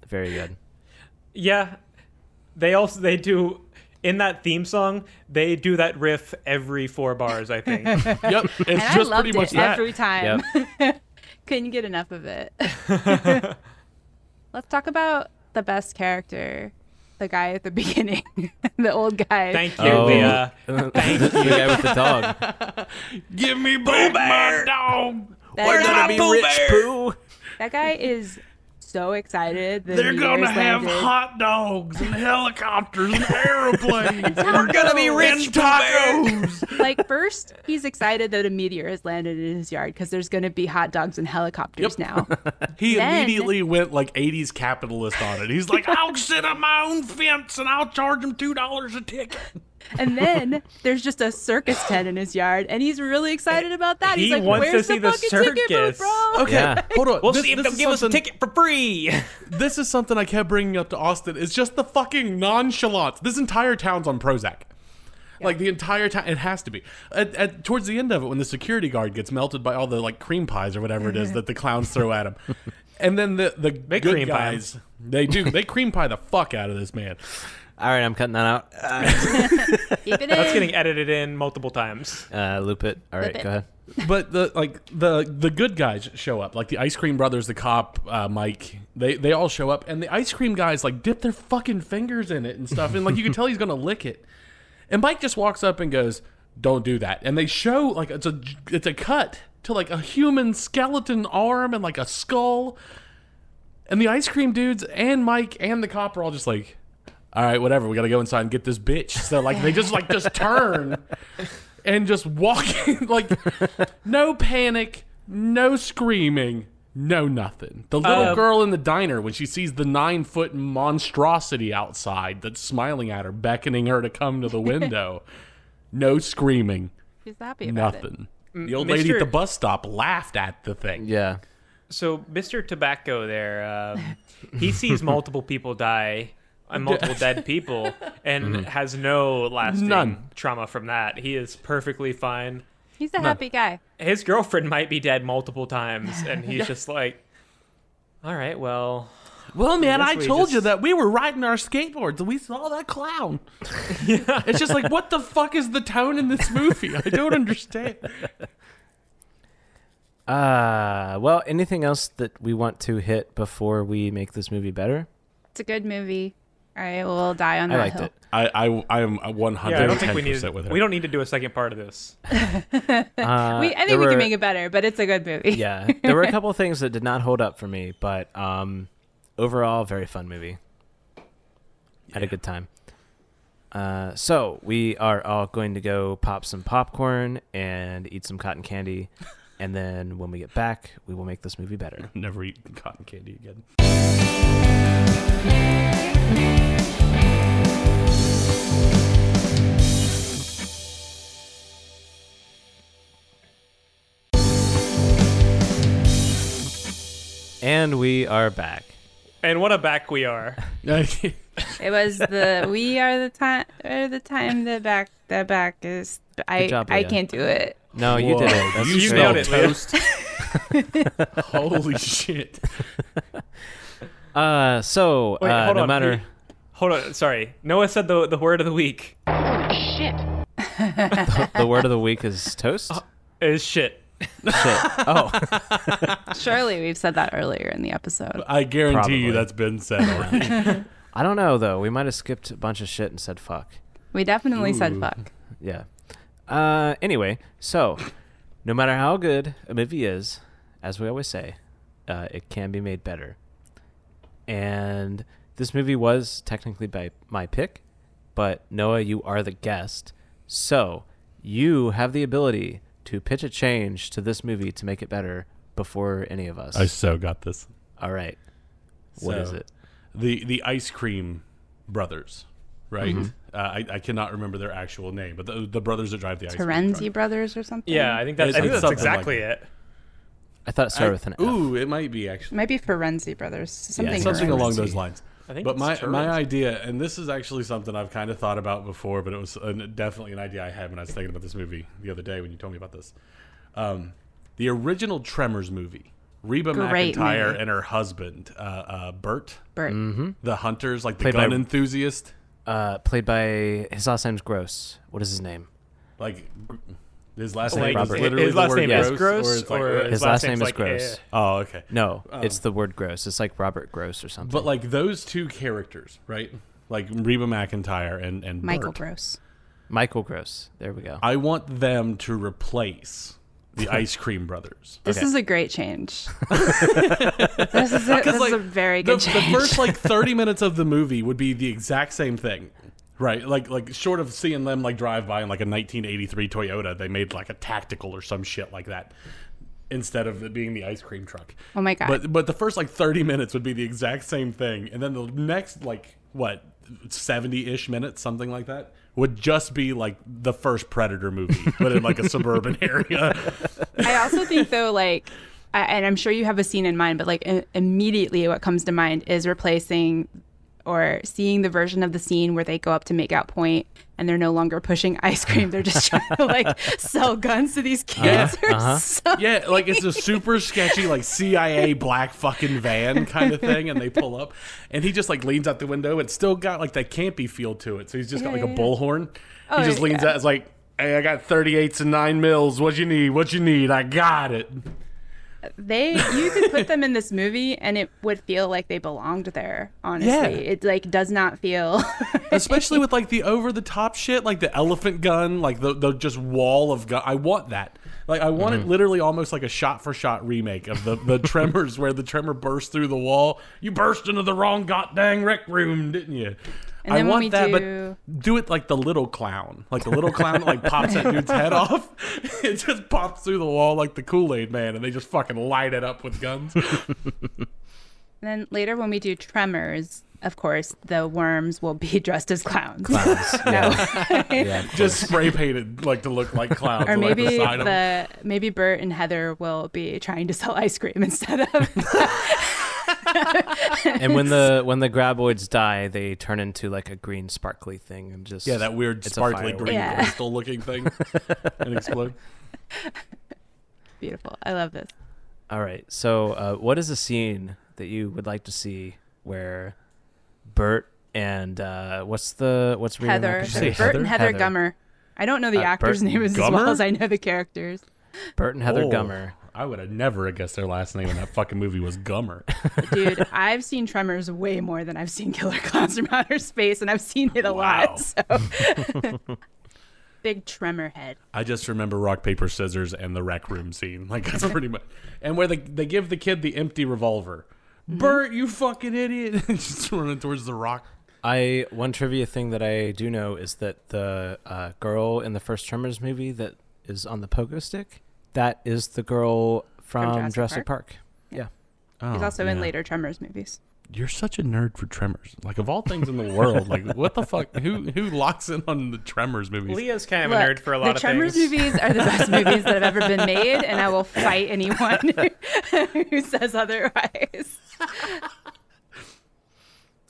Speaker 1: very good.
Speaker 2: Yeah. They also they do in that theme song, they do that riff every four bars, I think.
Speaker 3: yep, it's
Speaker 4: And I
Speaker 3: just
Speaker 4: loved
Speaker 3: pretty
Speaker 4: it
Speaker 3: much that.
Speaker 4: every time.
Speaker 1: Yep.
Speaker 4: Couldn't get enough of it. Let's talk about the best character, the guy at the beginning, the old guy.
Speaker 2: Thank you,
Speaker 1: Oh.
Speaker 2: Leah.
Speaker 1: the guy with the dog.
Speaker 3: Give me back my dog.
Speaker 4: that,
Speaker 3: We're
Speaker 4: guy,
Speaker 3: gonna be rich, poo.
Speaker 4: that guy is so excited. That
Speaker 3: They're
Speaker 4: Meteor's
Speaker 3: gonna have
Speaker 4: landed.
Speaker 3: hot dogs and helicopters and aeroplanes.
Speaker 4: We're gonna be
Speaker 3: rich tacos.
Speaker 4: Like first, he's excited that a meteor has landed in his yard because there's gonna be hot dogs and helicopters now.
Speaker 3: He
Speaker 4: Then-
Speaker 3: immediately went like '80s capitalist on it. He's like, "I'll sit on my own fence and I'll charge him two dollars a ticket."
Speaker 4: And then there's just a circus tent in his yard, and he's really excited
Speaker 3: Eh,
Speaker 4: about that.
Speaker 2: He
Speaker 4: he's like,
Speaker 2: wants to
Speaker 4: "Where's
Speaker 2: see
Speaker 4: the
Speaker 2: the
Speaker 4: fucking ticket
Speaker 2: circus."
Speaker 4: booth, bro?"
Speaker 3: Okay,
Speaker 1: Yeah.
Speaker 3: hold on.
Speaker 2: We'll
Speaker 3: This-
Speaker 2: see if
Speaker 3: this
Speaker 2: they'll
Speaker 3: is
Speaker 2: give us a
Speaker 3: something-
Speaker 2: ticket for free.
Speaker 3: This is something I kept bringing up to Austin. It's just the fucking nonchalance. This entire town's on Prozac. Like the entire town, it has to be. At, at, towards the end of it, when the security guard gets melted by all the like cream pies or whatever it is that the clowns throw at him, and then the the good
Speaker 2: Mm-hmm. cream pie him.
Speaker 3: guys, they do they cream pie the fuck out of this man.
Speaker 1: All right, I'm cutting that out.
Speaker 4: Keep it
Speaker 2: That's
Speaker 4: in.
Speaker 2: getting edited in multiple times.
Speaker 1: Uh, loop it. All right,
Speaker 4: Loop it.
Speaker 1: go ahead.
Speaker 3: but the like the the good guys show up like the ice cream brothers the cop uh, mike they they all show up and the ice cream guys like dip their fucking fingers in it and stuff and like you can tell he's gonna lick it and mike just walks up and goes don't do that and they show like it's a it's a cut to like a human skeleton arm and like a skull and the ice cream dudes and mike and the cop are all just like all right whatever we gotta go inside and get this bitch so like they just like just turn and just walking like no panic, no screaming, no nothing. The little
Speaker 2: Uh,
Speaker 3: girl in the diner when she sees the nine foot monstrosity outside that's smiling at her, beckoning her to come to the window. no screaming,
Speaker 4: She's happy about it.
Speaker 3: nothing. The old lady
Speaker 2: Mr.
Speaker 3: at the bus stop laughed at the thing.
Speaker 1: Yeah.
Speaker 2: So Mr. Tobacco there, um, he sees multiple people die and multiple dead people and has no lasting
Speaker 3: None.
Speaker 2: trauma from that. He is perfectly fine.
Speaker 4: He's a happy guy.
Speaker 2: His girlfriend might be dead multiple times and he's just like, all right, well,
Speaker 3: Well, man,
Speaker 2: Yes,
Speaker 3: I
Speaker 2: we
Speaker 3: told you
Speaker 2: just-
Speaker 3: that we were riding our skateboards and we saw that clown. It's just like, what the fuck is the tone in this movie? I don't understand.
Speaker 1: Uh, well, anything else that we want to hit before we make this movie better?
Speaker 4: It's a good movie. I will die on
Speaker 1: I
Speaker 4: that
Speaker 1: liked
Speaker 4: hill.
Speaker 1: it.
Speaker 3: I, I, I am 110%
Speaker 2: yeah, I don't think we need
Speaker 3: with her.
Speaker 2: we don't need to do a second part of this.
Speaker 1: Uh,
Speaker 4: We, I
Speaker 1: there
Speaker 4: think we
Speaker 1: were-
Speaker 4: can make it better, but it's a good movie.
Speaker 1: Yeah, there were a couple of things that did not hold up for me, but um, overall, very fun movie. Had a good time. Uh, so we are all going to go pop some popcorn and eat some cotton candy, and then when we get back, we will make this movie better.
Speaker 3: Never eat cotton candy again.
Speaker 1: And we are back.
Speaker 2: And what a back we are.
Speaker 4: It was the we are the time are the time the back the back is I
Speaker 1: job,
Speaker 4: I
Speaker 1: Leah.
Speaker 4: can't do it.
Speaker 1: No, you did it. That's
Speaker 3: You,
Speaker 2: You
Speaker 1: great.
Speaker 2: nailed
Speaker 3: smell
Speaker 2: it, Leah.
Speaker 3: toast. Holy shit.
Speaker 1: Uh, so
Speaker 2: Wait,
Speaker 1: uh,
Speaker 2: hold
Speaker 1: no
Speaker 2: on.
Speaker 1: matter.
Speaker 2: Hold on, sorry. Noah said the, the word of the week
Speaker 1: the word of the week is toast.
Speaker 2: is shit.
Speaker 1: Oh,
Speaker 4: Surely we've said that earlier in the episode.
Speaker 3: I guarantee
Speaker 1: Probably.
Speaker 3: you that's been said already.
Speaker 1: I don't know though. We might have skipped a bunch of shit and said fuck.
Speaker 4: We definitely said
Speaker 3: Ooh.
Speaker 4: fuck.
Speaker 1: Yeah. Uh, anyway, so no matter how good a movie is, as we always say, uh, it can be made better. And this movie was technically by my pick, but Noah, you are the guest, so you have the ability to pitch a change to this movie to make it better before any of us.
Speaker 3: I so got this.
Speaker 1: All right. What is
Speaker 3: So,
Speaker 1: it?
Speaker 3: The the ice cream brothers, right?
Speaker 2: Mm-hmm.
Speaker 3: Uh, I, I cannot remember their actual name, but the, the brothers that drive the ice
Speaker 4: Terenzi
Speaker 3: cream. truck.
Speaker 4: brothers or something.
Speaker 2: Yeah, I think that's,
Speaker 3: It's
Speaker 2: I think
Speaker 3: like
Speaker 2: that's
Speaker 3: something like
Speaker 2: exactly it.
Speaker 1: I thought it started with an
Speaker 3: I-
Speaker 1: F.
Speaker 3: Ooh, it might be actually.
Speaker 4: It might be Ferenzi brothers. Something.
Speaker 3: something
Speaker 4: around-
Speaker 3: along those lines.
Speaker 2: I think
Speaker 3: but
Speaker 2: it's
Speaker 3: my my
Speaker 2: Turin's.
Speaker 3: idea, and this is actually something I've kind of thought about before, but it was an, definitely an idea I had when I was thinking about this movie the other day when you told me about this. Um, the original Tremors movie, Reba
Speaker 4: Great
Speaker 3: McIntyre
Speaker 4: movie.
Speaker 3: and her husband uh, uh, Bert,
Speaker 4: Bert.
Speaker 3: the hunters, like the
Speaker 1: Played by-
Speaker 3: gun enthusiast,
Speaker 1: Uh, played by his last name's Gross. What is his name?
Speaker 3: like gr- his last
Speaker 2: Like,
Speaker 3: name is
Speaker 1: Robert.
Speaker 3: literally
Speaker 2: Oh, his
Speaker 3: the
Speaker 2: last
Speaker 3: word
Speaker 2: name
Speaker 1: Gross,
Speaker 2: is
Speaker 3: gross,
Speaker 2: gross,
Speaker 3: or it's like,
Speaker 2: or
Speaker 3: uh,
Speaker 1: His last name
Speaker 2: name's
Speaker 1: is
Speaker 2: like,
Speaker 1: Gross.
Speaker 2: eh.
Speaker 3: oh okay,
Speaker 1: No, it's the word Gross. It's like Robert Gross or something.
Speaker 3: but like those two characters, right? Like Reba McIntyre and and
Speaker 4: Michael
Speaker 3: Bert.
Speaker 4: Gross.
Speaker 1: Michael Gross. There we go.
Speaker 3: I want them to replace the Ice Cream Brothers.
Speaker 4: This
Speaker 1: Okay.
Speaker 4: is a great change. this is a, this
Speaker 3: Because,
Speaker 4: is a
Speaker 3: like,
Speaker 4: very
Speaker 3: the,
Speaker 4: good
Speaker 3: the
Speaker 4: change.
Speaker 3: first like 30 minutes of the movie would be the exact same thing right like like short of seeing them like drive by in like a 1983 toyota they made like a tactical or some shit like that instead of it being the ice cream truck
Speaker 4: Oh my God.
Speaker 3: but but the first like 30 minutes would be the exact same thing and then the next like what 70-ish minutes something like that would just be like the first predator movie but in like a suburban area
Speaker 4: I also think though, like, I, and I'm sure you have a scene in mind, but like i- immediately what comes to mind is replacing or seeing the version of the scene where they go up to make out point and they're no longer pushing ice cream; they're just trying to like sell guns to these kids. or something.
Speaker 3: Uh-huh, Yeah, like it's a super sketchy, like CIA black fucking van kind of thing, and they pull up, and he just like leans out the window. It's still got like that campy feel to it, so he's just got like a bullhorn. he just leans out. It's like, hey, I got thirty eights and nine mils. What you need? What you need? I got it.
Speaker 4: They, you could put them in this movie, and it would feel like they belonged there. Honestly,
Speaker 3: Yeah.
Speaker 4: it like does not feel.
Speaker 3: Especially with like the over the top shit, like the elephant gun, like the the just wall of gun. I want that. Like I want it literally almost like a shot for shot remake of the the Tremors, where the Tremor bursts through the wall. You burst into the wrong goddamn rec room, didn't you?
Speaker 4: And
Speaker 3: I
Speaker 4: then when
Speaker 3: want
Speaker 4: we
Speaker 3: that,
Speaker 4: do-
Speaker 3: but do it like the little clown, like the little clown that like pops that dude's head off. It just pops through the wall like the Kool Aid Man, and they just fucking light it up with guns.
Speaker 4: And then later when we do Tremors, of course, the worms will be dressed as clowns.
Speaker 1: Clowns,
Speaker 4: No.
Speaker 3: just spray painted like to look like clowns.
Speaker 4: or
Speaker 3: on, like,
Speaker 4: maybe
Speaker 3: the side of them.
Speaker 4: the maybe Bert and Heather will be trying to sell ice cream instead of
Speaker 1: and when the when the graboids die, they turn into like a green sparkly thing and just
Speaker 3: Yeah, that weird
Speaker 1: it's a
Speaker 3: sparkly
Speaker 1: firework.
Speaker 3: green
Speaker 4: Yeah.
Speaker 3: crystal looking thing and explode.
Speaker 4: beautiful. I love this.
Speaker 1: All right. So, uh, what is a scene that you would like to see where Bert and uh, what's the what's Rita
Speaker 4: Heather,
Speaker 1: Mac-
Speaker 4: Bert and Heather, Gummer. I don't know the
Speaker 1: Uh,
Speaker 4: actors'
Speaker 1: Bert
Speaker 4: names as
Speaker 3: Gummer?
Speaker 4: well as I know the characters.
Speaker 1: Bert and Heather
Speaker 3: Oh,
Speaker 1: Gummer.
Speaker 3: I would have never guessed their last name in that fucking movie was Gummer.
Speaker 4: Dude, I've seen Tremors way more than I've seen Killer Clowns from Outer Space, and I've seen it a
Speaker 3: Wow.
Speaker 4: lot. So. Big tremor head.
Speaker 3: I just remember rock paper scissors and the rec room scene. Like that's pretty much. And where they they give the kid the empty revolver.
Speaker 4: Mm-hmm.
Speaker 3: Bert, you fucking idiot! And just running towards the rock.
Speaker 1: I one trivia thing that I do know is that the uh, girl in the first Tremors movie that is on the pogo stick, that is the girl from,
Speaker 4: Jurassic
Speaker 1: Jurassic, Park.
Speaker 3: Oh,
Speaker 4: He's also in
Speaker 3: yeah.
Speaker 4: later Tremors movies.
Speaker 3: You're such a nerd for Tremors. Like of all things in the world, like what the fuck? Who who locks in on the Tremors movies?
Speaker 2: Leah's kind of a
Speaker 4: Look,
Speaker 2: nerd for a lot
Speaker 4: the
Speaker 2: of
Speaker 4: Tremors
Speaker 2: things.
Speaker 4: movies are the best movies that have ever been made, and I will fight anyone who, who says otherwise.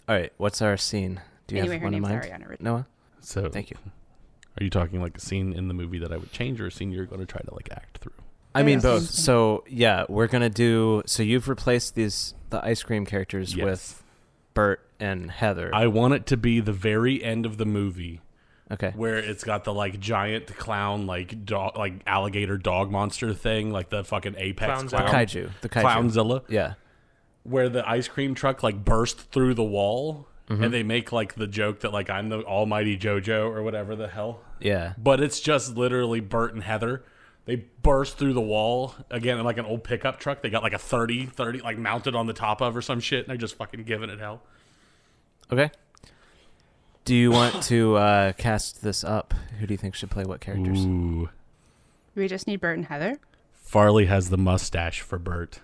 Speaker 1: All right, what's our scene? Do you
Speaker 4: Anyway,
Speaker 1: have
Speaker 4: her
Speaker 1: one in
Speaker 4: name's
Speaker 1: mind?
Speaker 4: Ariana Ridge.
Speaker 1: Noah,
Speaker 3: So
Speaker 1: thank you.
Speaker 3: Are you talking like a scene in the movie that I would change, or a scene you're going to try to like act through?
Speaker 1: I mean
Speaker 4: Yes.
Speaker 1: both.
Speaker 4: Same thing.
Speaker 1: So yeah, we're gonna do. So you've replaced these the ice cream characters
Speaker 3: Yes.
Speaker 1: with Bert and Heather.
Speaker 3: I want it to be the very end of the movie
Speaker 1: okay.
Speaker 3: where it's got the like giant clown, like dog, like alligator dog monster thing, like the fucking apex
Speaker 2: Clownzilla.
Speaker 3: clown,
Speaker 1: Kaiju. The kaiju.
Speaker 3: clownzilla,
Speaker 1: Yeah.
Speaker 3: where the ice cream truck like burst through the wall,
Speaker 1: Mm-hmm.
Speaker 3: and they make like the joke that like I'm the almighty JoJo or whatever the hell.
Speaker 1: Yeah.
Speaker 3: but it's just literally Bert and Heather. They burst through the wall again in like an old pickup truck. They got like a 30, 30 like mounted on the top of or some shit, and they're just fucking giving it hell.
Speaker 1: Okay. Do you want to uh, cast this up? Who do you think should play what characters?
Speaker 3: Ooh.
Speaker 4: We just need Bert and Heather.
Speaker 3: Farley has the mustache for Bert.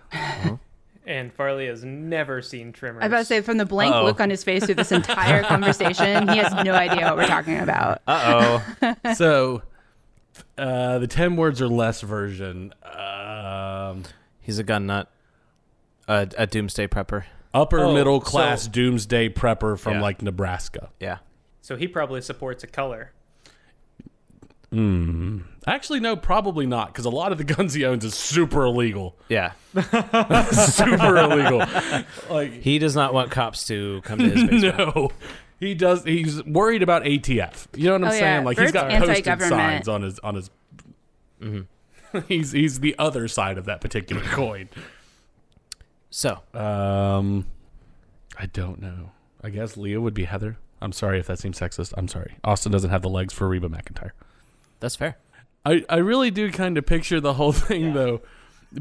Speaker 2: And Farley has never seen Tremors.
Speaker 4: I was about to say, from the blank
Speaker 2: Oh.
Speaker 1: Uh-oh.
Speaker 4: look on his face through this entire conversation, he has no idea what we're talking about.
Speaker 1: Uh oh.
Speaker 3: so, uh, the 10 words or less version um,
Speaker 1: He's a gun nut. A, a doomsday prepper.
Speaker 3: upper
Speaker 2: Oh,
Speaker 3: middle class
Speaker 2: so-
Speaker 3: doomsday prepper from
Speaker 1: Yeah.
Speaker 3: like Nebraska.
Speaker 1: Yeah.
Speaker 2: so he probably supports a color.
Speaker 3: Actually, no, probably not, because a lot of the guns he owns is super illegal.
Speaker 1: Yeah.
Speaker 3: super illegal. Like,
Speaker 1: He does not want cops to come to his basement.
Speaker 3: no. He does. He's worried about ATF. You know what I'm
Speaker 4: Oh,
Speaker 3: saying?
Speaker 4: yeah.
Speaker 3: Like
Speaker 4: Bert's
Speaker 3: he's got posted
Speaker 4: anti-government.
Speaker 3: signs on his on his.
Speaker 2: Mm-hmm.
Speaker 3: he's he's the other side of that particular coin.
Speaker 1: So,
Speaker 3: Um, I don't know. I guess Leah would be Heather. I'm sorry if that seems sexist. I'm sorry. Austin doesn't have the legs for Reba McIntyre.
Speaker 1: that's fair.
Speaker 3: I, I really do kind of picture the whole thing though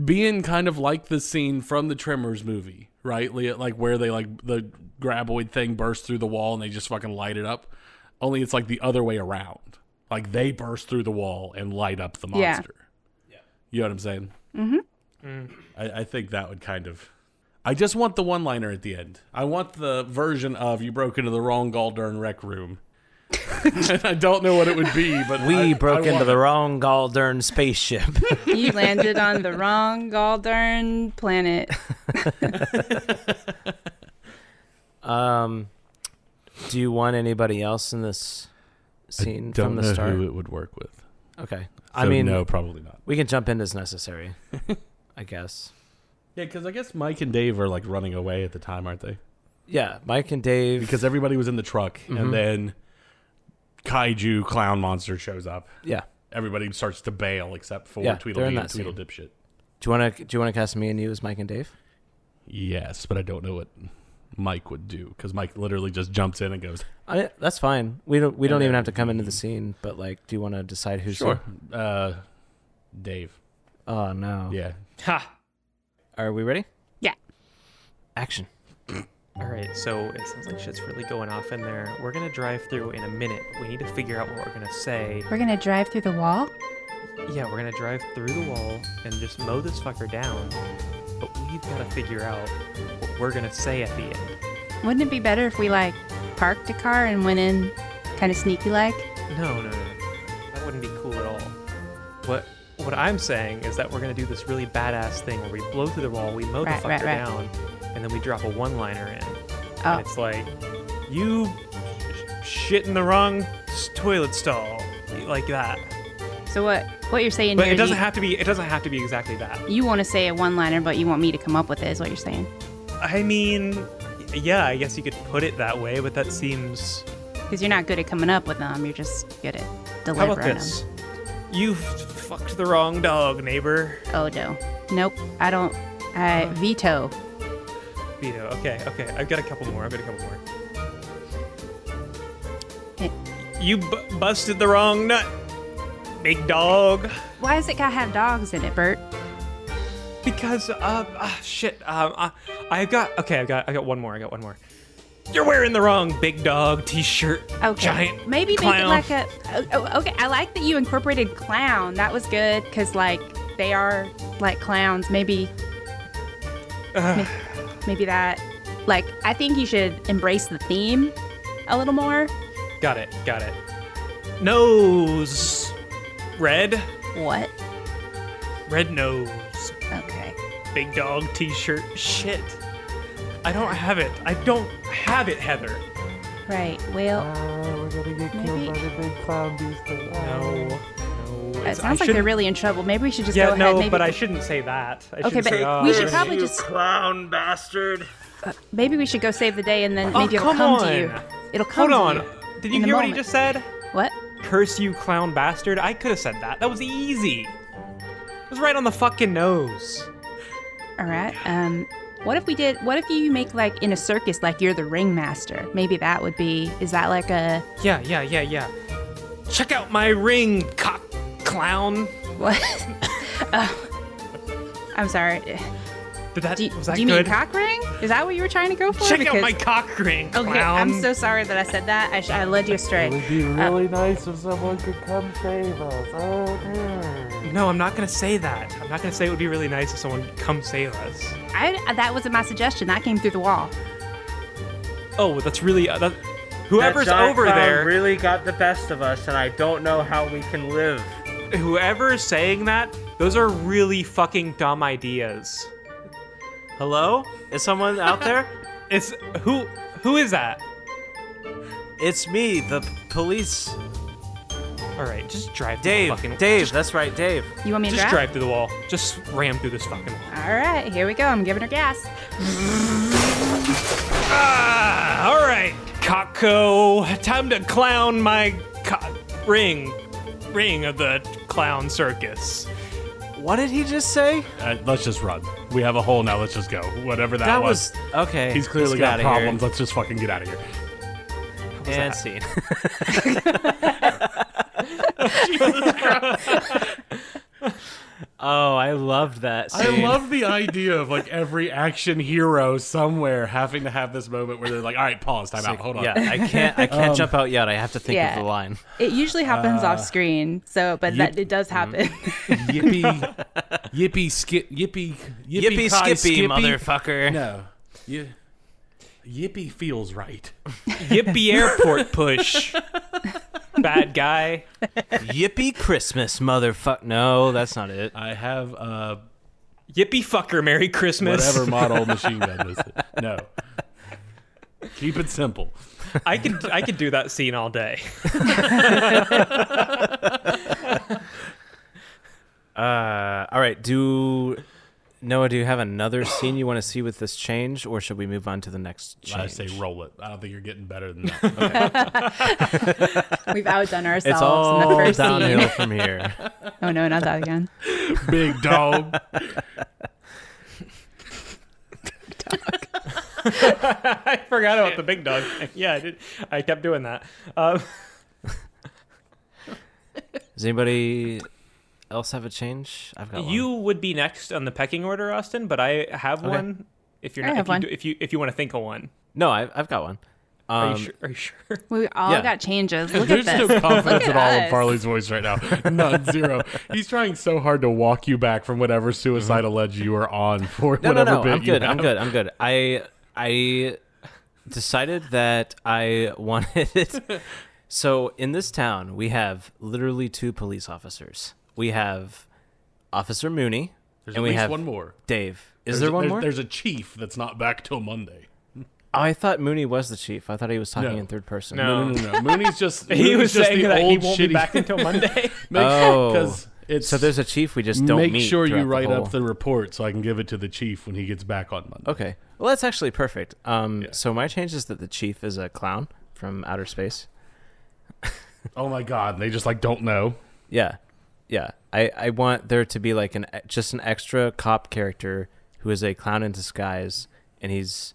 Speaker 3: being kind of like the scene from the Tremors movie, right? Leah, like where they like the graboid thing bursts through the wall and they just fucking light it up. Only it's like the other way around. Like they burst through the wall and light up the monster.
Speaker 4: Yeah.
Speaker 3: You know what I'm saying? Mm-hmm. I, I think that would kind of. I just want the one liner at the end. I want the version of you broke into the wrong Galdern rec room. and I don't know what it would be, but
Speaker 1: We
Speaker 3: I-
Speaker 1: broke
Speaker 3: I
Speaker 1: into
Speaker 3: want
Speaker 1: the wrong Galdern spaceship.
Speaker 4: You landed on the wrong goldarn planet.
Speaker 1: um, do you want anybody else in this scene
Speaker 3: don't
Speaker 1: from the
Speaker 3: know
Speaker 1: start?
Speaker 3: who it would work with.
Speaker 1: Okay. I
Speaker 3: So
Speaker 1: mean,
Speaker 3: no, probably not.
Speaker 1: we can jump in as necessary, I guess.
Speaker 3: Yeah, because I guess Mike and Dave are like running away at the time, aren't they?
Speaker 1: Yeah, Mike and Dave.
Speaker 3: Because everybody was in the truck,
Speaker 1: Mm-hmm.
Speaker 3: and then Kaiju clown monster shows up.
Speaker 1: yeah.
Speaker 3: Everybody starts to bail except for
Speaker 1: Yeah, they're in
Speaker 3: Tweedledee and
Speaker 1: that scene.
Speaker 3: Tweedledipshit.
Speaker 1: Do you want to do you want to cast me and you as Mike and Dave?
Speaker 3: Yes, but I don't know what Mike would do because Mike literally just jumps in and goes,
Speaker 1: I, that's fine. We don't we don't
Speaker 3: And
Speaker 1: even
Speaker 3: then-
Speaker 1: have to come into the scene, but like do you want to decide who's
Speaker 3: "Sure, uh, Dave."
Speaker 1: Oh no.
Speaker 3: Yeah,
Speaker 2: Ha!
Speaker 1: Are we ready?
Speaker 4: Yeah.
Speaker 1: Action.
Speaker 2: All right, so it sounds like shit's really going off in there. We're gonna drive through in a minute. We need to figure out what we're gonna say.
Speaker 5: We're gonna drive through the wall.
Speaker 2: Yeah, we're gonna drive through the wall and just mow this fucker down. But we've gotta figure out what we're gonna say at the end.
Speaker 4: Wouldn't it be better if we like parked a car and went in kind of sneaky like?
Speaker 2: No, no, no, no. that wouldn't be cool at all. What what I'm saying is that we're gonna do this really badass thing where we blow through the wall, we mow
Speaker 4: Right,
Speaker 2: the
Speaker 4: right,
Speaker 2: fucker
Speaker 4: right.
Speaker 2: down, and then we drop a one-liner in.
Speaker 4: Oh.
Speaker 2: And it's like you sh- shit in the wrong s- toilet stall, like that.
Speaker 4: So what what you're saying
Speaker 2: But
Speaker 4: here
Speaker 2: it
Speaker 4: is
Speaker 2: doesn't
Speaker 4: you,
Speaker 2: have to be. It doesn't have to be exactly that.
Speaker 4: you want to say a one liner but you want me to come up with it is what you're saying.
Speaker 2: I mean, y- yeah, I guess you could put it that way, but that seems.
Speaker 4: Because you're not good at coming up with them, you're just good at
Speaker 2: How about
Speaker 4: delivering them.
Speaker 2: this? You f- fucked the wrong dog, neighbor.
Speaker 4: Oh no. Nope. I don't I
Speaker 2: Uh.
Speaker 4: veto.
Speaker 2: Vito. Okay, okay. I've got a couple more. I've got a couple more.
Speaker 4: It-
Speaker 2: You bu- busted the wrong nut, big dog.
Speaker 4: Why does it gotta have dogs in it, Bert?
Speaker 2: Because uh, ah, shit. Um, uh, I've got. Okay, I've got. I got one more. I got one more. You're wearing the wrong big dog T-shirt.
Speaker 4: Okay.
Speaker 2: Giant.
Speaker 4: Maybe
Speaker 2: clown.
Speaker 4: make it like a. oh, oh, okay, I like that you incorporated clown. That was good because like they are like clowns. Maybe. may- maybe that. Like I think you should embrace the theme a little more.
Speaker 2: Got it. Got it. Nose. Red.
Speaker 4: What?
Speaker 2: Red nose.
Speaker 4: Okay.
Speaker 2: Big dog T-shirt. Shit. I don't have it. I don't have it, Heather.
Speaker 4: Right. Well. maybe.
Speaker 2: No. No. it's-
Speaker 4: It
Speaker 2: I
Speaker 4: sounds like they're
Speaker 2: shouldn't-
Speaker 4: really in trouble. Maybe we should just go
Speaker 2: Yeah,
Speaker 4: ahead.
Speaker 2: no,
Speaker 4: maybe
Speaker 2: but I
Speaker 4: we-
Speaker 2: shouldn't say that. I
Speaker 4: Okay,
Speaker 2: shouldn't say,
Speaker 4: but we should
Speaker 2: "Oh,
Speaker 4: probably
Speaker 2: you
Speaker 4: just- Uh,
Speaker 2: clown bastard.
Speaker 4: Maybe we should go save the day, and then
Speaker 2: Oh,
Speaker 4: maybe it'll
Speaker 2: come
Speaker 4: come to
Speaker 2: on.
Speaker 4: you. It'll come.
Speaker 2: Hold on.
Speaker 4: To
Speaker 2: Did
Speaker 4: you in
Speaker 2: you
Speaker 4: the
Speaker 2: hear what he
Speaker 4: moment.
Speaker 2: just said?
Speaker 4: What?
Speaker 2: Curse you, clown bastard. I could have said that. That was easy. It was right on the fucking nose.
Speaker 4: All right. Um, what if we did? What if you make like in a circus, like you're the ringmaster? Maybe that would be. Is that like a
Speaker 2: Yeah, yeah, yeah, yeah. Check out my ring, cock clown.
Speaker 4: what? uh, I'm Oh, sorry.
Speaker 2: Did that
Speaker 4: Do, you-
Speaker 2: was that
Speaker 4: do you
Speaker 2: good?
Speaker 4: mean cock ring? Is that what you were trying to go for?
Speaker 2: Check out
Speaker 4: Because-
Speaker 2: my cock ring, clown.
Speaker 4: Okay, I'm so sorry that I said that. I, sh- I led you astray.
Speaker 7: be really nice if someone could come save us. Oh, dear.
Speaker 2: No, I'm not gonna say that. I'm not gonna say it would be really nice if someone come save us.
Speaker 4: I, that wasn't my suggestion. That came through the wall.
Speaker 2: Oh, well, that's really uh, that, whoever's
Speaker 7: That giant
Speaker 2: over
Speaker 1: um,
Speaker 7: clown
Speaker 2: there.
Speaker 7: really got the best of us, and I don't know how we can live.
Speaker 2: whoever is saying that, those are really fucking dumb ideas.
Speaker 1: Hello? Is someone out there?
Speaker 2: It's who who is that?
Speaker 1: It's me, the p- police.
Speaker 2: All right, just drive.
Speaker 1: Dave.
Speaker 2: through the fucking,
Speaker 1: Dave,
Speaker 2: just,
Speaker 1: that's right, Dave.
Speaker 4: You want me to
Speaker 2: just
Speaker 4: drive?
Speaker 2: drive through the wall. Just ram through this fucking wall.
Speaker 4: All right, here we go. I'm giving her gas.
Speaker 2: Ah, all right, Cocko, time to clown my co- ring, ring of the clown circus.
Speaker 1: What did he just say?
Speaker 3: Uh, let's just run. We have a hole now. Let's just go. Whatever that,
Speaker 1: That was okay.
Speaker 3: He's clearly
Speaker 1: let's
Speaker 3: got
Speaker 1: get outta
Speaker 3: problems. Let's just fucking get out of here.
Speaker 1: Here. And scene. oh, I loved that.
Speaker 3: I
Speaker 1: scene.
Speaker 3: love the idea of like every action hero somewhere having to have this moment where they're like, "All right, pause, time out, hold on."
Speaker 1: Yeah, I can't. I can't jump out yet. I have to think
Speaker 4: yeah.
Speaker 1: of the line.
Speaker 4: It usually
Speaker 2: Uh,
Speaker 4: happens off screen, so but that it does
Speaker 2: mm-hmm.
Speaker 4: happen.
Speaker 3: Yippee, yippee, skip, yippee,
Speaker 1: Yippee
Speaker 3: pie,
Speaker 1: skippy, motherfucker.
Speaker 3: No, yeah, yippee feels right.
Speaker 2: Yippee airport push. Bad guy.
Speaker 1: Yippee Christmas, motherfucker. No, that's not it.
Speaker 3: I have uh,
Speaker 2: Yippee fucker. Merry Christmas.
Speaker 3: whatever model machine gun was it. No, keep it simple.
Speaker 2: I could I could do that scene all day.
Speaker 1: Uh, all right. Do Noah? Do you have another scene you want to see with this change, or should we move on to the next change?
Speaker 3: I say roll it. I don't think you're getting better than that.
Speaker 4: We've outdone
Speaker 1: it's
Speaker 4: ourselves in the
Speaker 1: all
Speaker 4: first
Speaker 1: downhill
Speaker 4: scene.
Speaker 1: from here.
Speaker 4: Oh no, not that again.
Speaker 3: Big dog.
Speaker 2: I forgot about the big dog. thing. Yeah, I did. I kept doing that. Um,
Speaker 1: Does anybody else have a change? I've got
Speaker 2: you
Speaker 1: One.
Speaker 2: would be next on the pecking order, Austin, but I have one. If you're
Speaker 4: I
Speaker 2: not,
Speaker 4: have
Speaker 2: if you,
Speaker 4: one.
Speaker 2: do- if you if you want to think of one,
Speaker 1: No, I've, I've got one.
Speaker 2: are
Speaker 1: Um,
Speaker 2: you sure? Are you sure?
Speaker 4: We all
Speaker 1: Yeah.
Speaker 4: got changes. Look at
Speaker 3: There's no
Speaker 4: this.
Speaker 3: confidence
Speaker 4: Look
Speaker 3: at,
Speaker 4: at
Speaker 3: all in
Speaker 4: us.
Speaker 3: Farley's voice right now. None, zero. He's trying so hard to walk you back from whatever suicidal ledge you were on for
Speaker 1: Mm-hmm. No, no,
Speaker 3: whatever
Speaker 1: no.
Speaker 3: bit
Speaker 1: I'm
Speaker 3: you
Speaker 1: good. I'm
Speaker 3: have.
Speaker 1: good. I'm good. I I decided that I wanted it. So in this town, we have literally two police officers. We have Officer Mooney,
Speaker 3: There's
Speaker 1: and
Speaker 3: at
Speaker 1: we
Speaker 3: least
Speaker 1: have
Speaker 3: one more.
Speaker 1: Dave. Is
Speaker 3: There's-
Speaker 1: there one
Speaker 3: there's,
Speaker 1: more?
Speaker 3: There's a chief that's not back till Monday.
Speaker 1: Oh, I thought Mooney was the chief. I thought he was talking
Speaker 3: No.
Speaker 1: in third person.
Speaker 2: No.
Speaker 3: No, no, no. no. Mooney's just
Speaker 2: He
Speaker 3: Mooney's
Speaker 2: was
Speaker 3: just
Speaker 2: saying
Speaker 3: the
Speaker 2: that
Speaker 3: old
Speaker 2: he won't
Speaker 3: shitty,
Speaker 2: be back until Monday.
Speaker 1: Oh.
Speaker 3: because it's
Speaker 1: So there's a chief we just don't
Speaker 3: make
Speaker 1: meet
Speaker 3: sure
Speaker 1: throughout
Speaker 3: you
Speaker 1: the
Speaker 3: write
Speaker 1: whole-
Speaker 3: up the report so I can give it to the chief when he gets back on Monday.
Speaker 1: Okay. Well, that's actually perfect. Um,
Speaker 3: Yeah.
Speaker 1: So my change is that the chief is a clown from outer space.
Speaker 3: Oh my god, they just like don't know.
Speaker 1: Yeah, yeah. I, I want there to be like an just an extra cop character who is a clown in disguise, and he's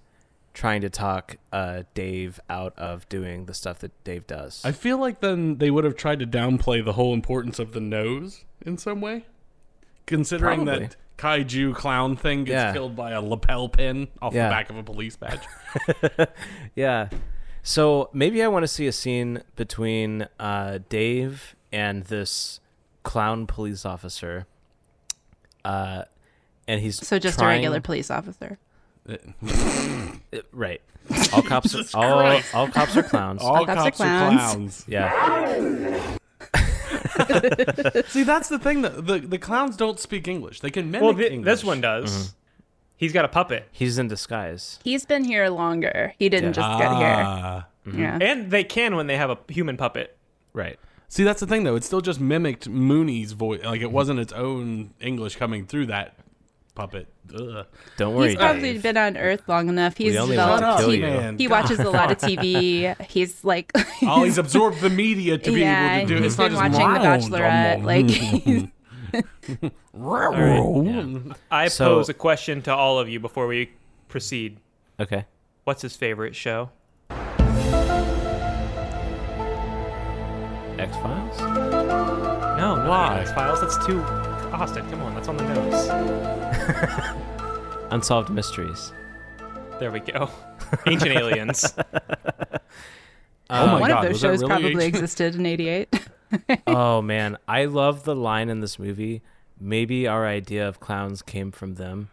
Speaker 1: trying to talk uh, Dave out of doing the stuff that Dave does.
Speaker 3: I feel like then they would have tried to downplay the whole importance of the nose in some way, considering that kaiju clown thing gets
Speaker 1: Yeah.
Speaker 3: killed by a lapel pin off
Speaker 1: Yeah.
Speaker 3: the back of a police badge.
Speaker 1: yeah. So maybe I want to see a scene between uh, Dave and this clown police officer. Uh, and he's
Speaker 4: So just a
Speaker 1: trying-
Speaker 4: regular police officer.
Speaker 1: right. All cops, all, all cops are clowns.
Speaker 3: All
Speaker 4: cops are
Speaker 3: cops are
Speaker 4: clowns.
Speaker 3: clowns.
Speaker 1: yeah.
Speaker 3: See, that's the thing that the, the clowns don't speak English. They can mimic
Speaker 2: well, thi-
Speaker 3: English.
Speaker 2: this one does.
Speaker 1: Mm-hmm.
Speaker 2: He's got a puppet,
Speaker 1: He's in disguise.
Speaker 4: He's been here longer. He didn't just get here.
Speaker 3: Ah.
Speaker 4: Yeah.
Speaker 2: and they can when they have a human puppet.
Speaker 1: Right.
Speaker 3: See, that's the thing though. It still just mimicked Mooney's voice. Like it wasn't its own English coming through that puppet. Ugh.
Speaker 1: Don't worry.
Speaker 4: He's probably
Speaker 1: Dave.
Speaker 4: been on Earth long enough. He's
Speaker 1: We only want
Speaker 4: developed.
Speaker 1: to kill
Speaker 4: TV.
Speaker 1: you.
Speaker 3: Man,
Speaker 4: He watches a lot of TV. He's like,
Speaker 3: Oh, he's absorbed the media to be
Speaker 4: yeah,
Speaker 3: able to do it.
Speaker 4: he's
Speaker 3: It's not
Speaker 4: been
Speaker 3: just
Speaker 4: watching The
Speaker 3: round,
Speaker 4: Bachelorette.
Speaker 3: um,
Speaker 4: Like, he's
Speaker 3: Oh
Speaker 2: I
Speaker 1: So-
Speaker 2: pose a question to all of you before we proceed.
Speaker 1: Okay.
Speaker 2: What's his favorite show?
Speaker 1: X Files.
Speaker 2: No,
Speaker 3: Why?
Speaker 2: X Files. That's too Austin. Come on, that's on the nose.
Speaker 1: Unsolved Mysteries.
Speaker 2: There we go. Ancient Aliens. Uh,
Speaker 3: oh my
Speaker 4: One
Speaker 3: god,
Speaker 4: of those
Speaker 3: was that
Speaker 4: shows
Speaker 3: really
Speaker 4: probably
Speaker 3: ancient?
Speaker 4: existed in 88.
Speaker 1: oh man, I love the line in this movie. Maybe our idea of clowns came from them,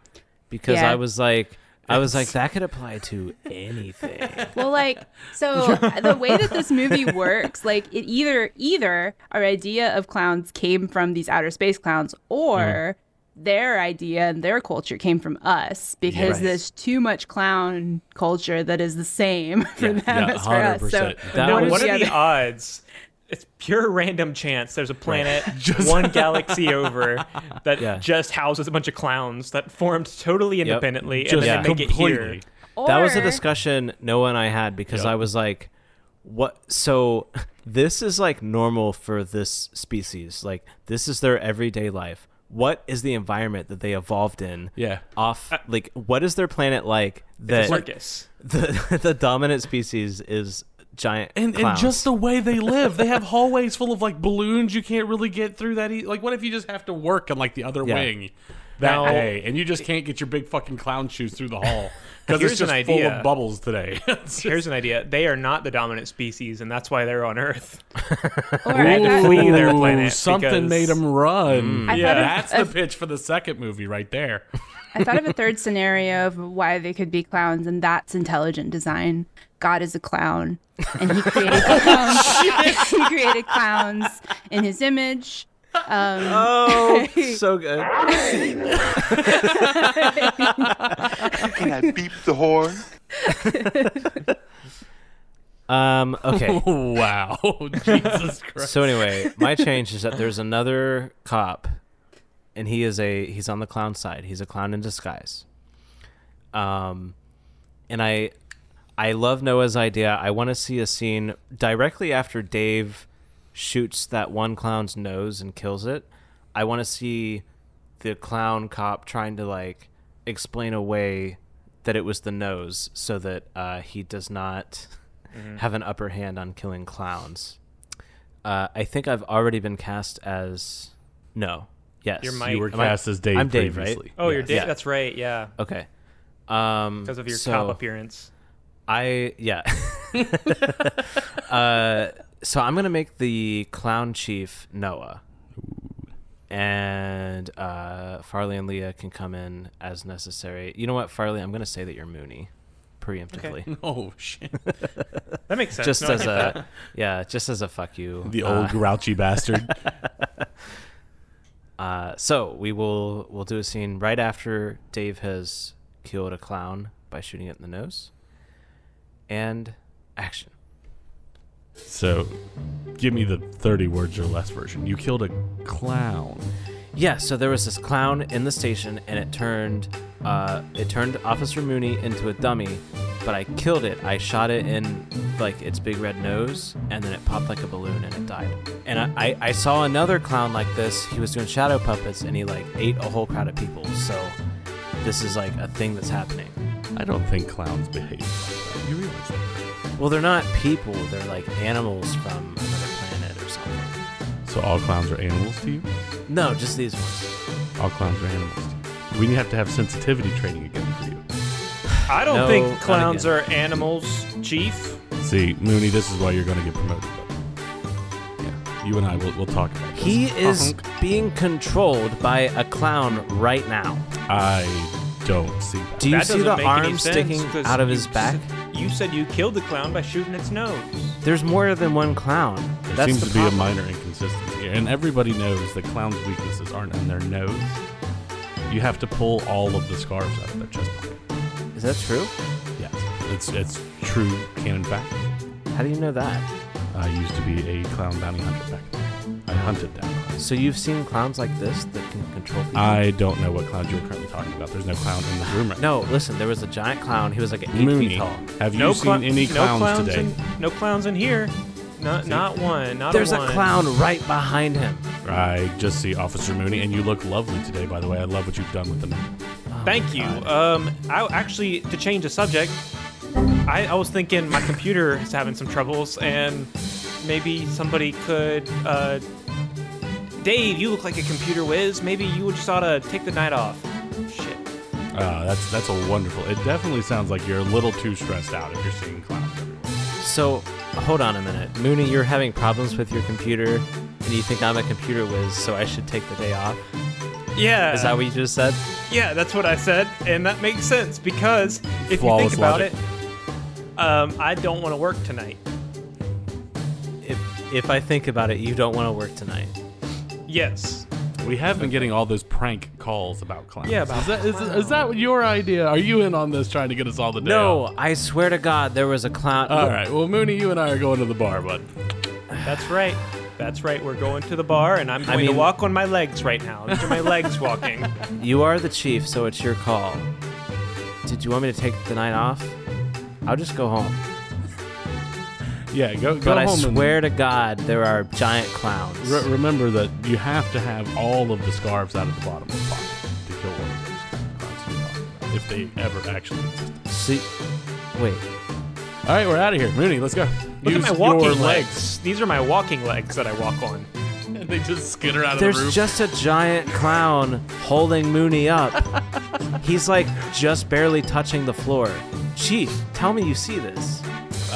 Speaker 1: because
Speaker 4: Yeah.
Speaker 1: I was like, I was like, that could apply to anything.
Speaker 4: well like so the way that this movie works like it either either our idea of clowns came from these outer space clowns or their idea and their culture came from us
Speaker 1: Yes.
Speaker 4: because there's too much clown culture that is the same for them
Speaker 3: yeah,
Speaker 4: as for us so
Speaker 3: 100%.
Speaker 1: That
Speaker 4: one
Speaker 1: was-
Speaker 4: or
Speaker 2: what
Speaker 4: the
Speaker 2: are the
Speaker 4: other.
Speaker 2: odds? It's pure random chance. There's a planet one galaxy over that
Speaker 1: Yeah.
Speaker 2: just houses a bunch of clowns that formed totally independently and
Speaker 3: Just
Speaker 2: then they make it here.
Speaker 3: completely.
Speaker 1: that was a
Speaker 4: Or-
Speaker 1: discussion Noah and I had because
Speaker 3: Yep.
Speaker 1: I was like, what? So this is like normal for this species. Like this is their everyday life. What is the environment that they evolved in?
Speaker 3: Yeah.
Speaker 1: Off like what is their planet like
Speaker 2: The
Speaker 1: that
Speaker 2: circus.
Speaker 1: the the dominant species is giant
Speaker 3: And, and
Speaker 1: clowns?
Speaker 3: just the way they live, they have hallways full of like balloons you can't really get through that. E- like, what if you just have to work on like the other
Speaker 1: Yeah.
Speaker 3: wing that
Speaker 2: Now-
Speaker 3: day, and you just can't get your big fucking clown shoes through the hall because
Speaker 2: Here's
Speaker 3: it's just
Speaker 2: an
Speaker 3: full
Speaker 2: idea.
Speaker 3: of bubbles today. It's just-
Speaker 2: Here's an idea. They are not the dominant species, and that's why they're on Earth.
Speaker 4: or
Speaker 2: had to
Speaker 4: I thought-
Speaker 2: flee their
Speaker 3: Ooh,
Speaker 2: planet
Speaker 3: Something
Speaker 2: because- Mm.
Speaker 3: made them run.
Speaker 4: I
Speaker 3: yeah,
Speaker 4: thought of-
Speaker 3: that's the pitch for the second movie right there.
Speaker 4: I thought of a third scenario of why they could be clowns, and that's intelligent design. God is a clown, and he created clowns. he created clowns in his image. Um,
Speaker 1: oh so good.
Speaker 7: Can I beep the horn?
Speaker 1: Um okay.
Speaker 3: Wow, Jesus Christ!
Speaker 1: So anyway, my change is that there's another cop, and he is a he's on the clown side. He's a clown in disguise. Um, and I, I love Noah's idea. I want to see a scene directly after Dave shoots that one clown's nose and kills it. I want to see the clown cop trying to like explain away that it was the nose so that uh, he does not
Speaker 2: Mm-hmm.
Speaker 1: have an upper hand on killing clowns. Uh, I think I've already been cast as no. Yes,
Speaker 2: You're Mike.
Speaker 3: you were
Speaker 1: Am I-
Speaker 3: cast as Dave.
Speaker 1: I'm Dave,
Speaker 3: previously.
Speaker 1: right?
Speaker 2: Oh, you're
Speaker 1: Yes.
Speaker 2: dead.
Speaker 1: Yeah.
Speaker 2: That's right. Yeah,
Speaker 1: Okay. Um,
Speaker 2: because of your
Speaker 1: so
Speaker 2: top appearance.
Speaker 1: I yeah. uh, so I'm gonna make the clown chief Noah, and uh, Farley and Leah can come in as necessary. You know what, Farley? I'm gonna say that you're Mooney, preemptively.
Speaker 3: Oh shit!
Speaker 2: That makes sense.
Speaker 1: Just
Speaker 2: No, I
Speaker 1: as
Speaker 2: get that.
Speaker 1: a yeah, just as a fuck you.
Speaker 3: The
Speaker 1: Uh,
Speaker 3: old grouchy bastard.
Speaker 1: Uh, so we will we'll do a scene right after Dave has killed a clown by shooting it in the nose. And action.
Speaker 3: So, give me the 30 words or less version. You killed a clown.
Speaker 1: Yeah, so there was this clown in the station, and it turned, uh, it turned Officer Mooney into a dummy. But I killed it. I shot it in like its big red nose, and then it popped like a balloon, and it died. And I, I, I saw another clown like this. He was doing shadow puppets, and he like ate a whole crowd of people. So this is like a thing that's happening.
Speaker 3: I don't think clowns behave like that. You realize that?
Speaker 1: Well, they're not people. They're like animals from another planet or something.
Speaker 3: So all clowns are animals to you?
Speaker 1: No, just these ones.
Speaker 3: All clowns are animals to you. We have to have sensitivity training again for you.
Speaker 2: I don't
Speaker 1: No,
Speaker 2: think
Speaker 1: not
Speaker 2: clowns are
Speaker 1: again.
Speaker 2: animals, Chief.
Speaker 3: See, Mooney, this is why you're going to get promoted. But yeah, you and I will we'll talk about this.
Speaker 1: He is being controlled by a clown right now.
Speaker 3: I don't see that.
Speaker 1: Do you
Speaker 2: That
Speaker 1: see
Speaker 2: doesn't
Speaker 1: the
Speaker 2: make any
Speaker 1: arm
Speaker 2: sense,
Speaker 1: sticking
Speaker 2: 'cause
Speaker 1: out of
Speaker 2: you
Speaker 1: his
Speaker 2: s-
Speaker 1: back?
Speaker 2: You said you killed the clown by shooting its nose.
Speaker 1: There's more than one clown.
Speaker 3: there
Speaker 1: That's
Speaker 3: seems
Speaker 1: the
Speaker 3: to be a
Speaker 1: problem.
Speaker 3: minor inconsistency here, and everybody knows that clowns' weaknesses aren't in their nose. You have to pull all of the scarves out of their chest pocket.
Speaker 1: Is that true?
Speaker 3: Yes, it's it's true canon fact.
Speaker 1: How do you know that?
Speaker 3: I used to be a clown bounty hunter back then. I hunted down clowns.
Speaker 1: So you've seen clowns like this that can control people?
Speaker 3: I don't know what clowns you're currently talking about. There's no clown in this room right
Speaker 1: no, listen. There was a giant clown. He was like eight
Speaker 3: now. Mooney,
Speaker 1: feet tall.
Speaker 3: have you
Speaker 2: no
Speaker 3: seen
Speaker 2: clown-
Speaker 3: any
Speaker 2: no
Speaker 3: clowns, today?
Speaker 2: In, no clowns in here. Not not one. Not
Speaker 1: There's
Speaker 2: a
Speaker 1: a
Speaker 2: one.
Speaker 1: clown right behind him.
Speaker 3: I just see Officer Mooney, and you look lovely today. By the way, I love what you've done with them.
Speaker 2: Thank
Speaker 3: Oh,
Speaker 2: you. Um, I actually to change the subject, I, I was thinking my computer is having some troubles, and maybe somebody could. Uh, Dave, you look like a computer whiz. Maybe you just ought to take the night off. Shit.
Speaker 3: Uh, that's that's a wonderful. It definitely sounds like you're a little too stressed out if you're seeing clowns.
Speaker 1: So, hold on a minute. Mooney, you're having problems with your computer, and you think I'm a computer whiz, so I should take the day off.
Speaker 2: Yeah.
Speaker 1: Is that what you just said?
Speaker 2: Yeah, that's what I said, and that makes sense because if you
Speaker 3: Flawless
Speaker 2: think about
Speaker 3: logic.
Speaker 2: it, um, I don't want to work tonight.
Speaker 1: If, if I think about it, you don't want to work tonight.
Speaker 2: Yes.
Speaker 3: We have been getting all those prank calls about clowns.
Speaker 2: Yeah, about
Speaker 3: is that is, is that your idea? Are you in on this trying to get us all the day? off?
Speaker 1: No, I swear to God, there was a clown.
Speaker 3: All right. Well, Mooney, you and I are going to the bar, bud.
Speaker 2: That's right. That's right. We're going to the bar, and I'm going to
Speaker 1: mean-
Speaker 2: walk on my legs right now. These are my legs walking.
Speaker 1: You are the chief, so it's your call. Did you want me to take the night off? I'll just go home.
Speaker 3: Yeah, go go
Speaker 1: But I
Speaker 3: home
Speaker 1: swear to God, there are giant clowns.
Speaker 3: and re- remember that you have to have all of the scarves out of the bottom of the pocket to kill one of those clowns you're talking about, if they ever actually exist.
Speaker 1: See, wait,
Speaker 3: All right, we're out of here, Mooney. Let's go.
Speaker 2: Look
Speaker 3: Use
Speaker 2: at my walking
Speaker 3: your
Speaker 2: legs. These are my walking legs that I walk on.
Speaker 3: legs. they just skitter out of the
Speaker 1: there's
Speaker 3: roof.
Speaker 1: just a giant clown holding Mooney up. He's like just barely touching the floor. Chief, tell me you see this.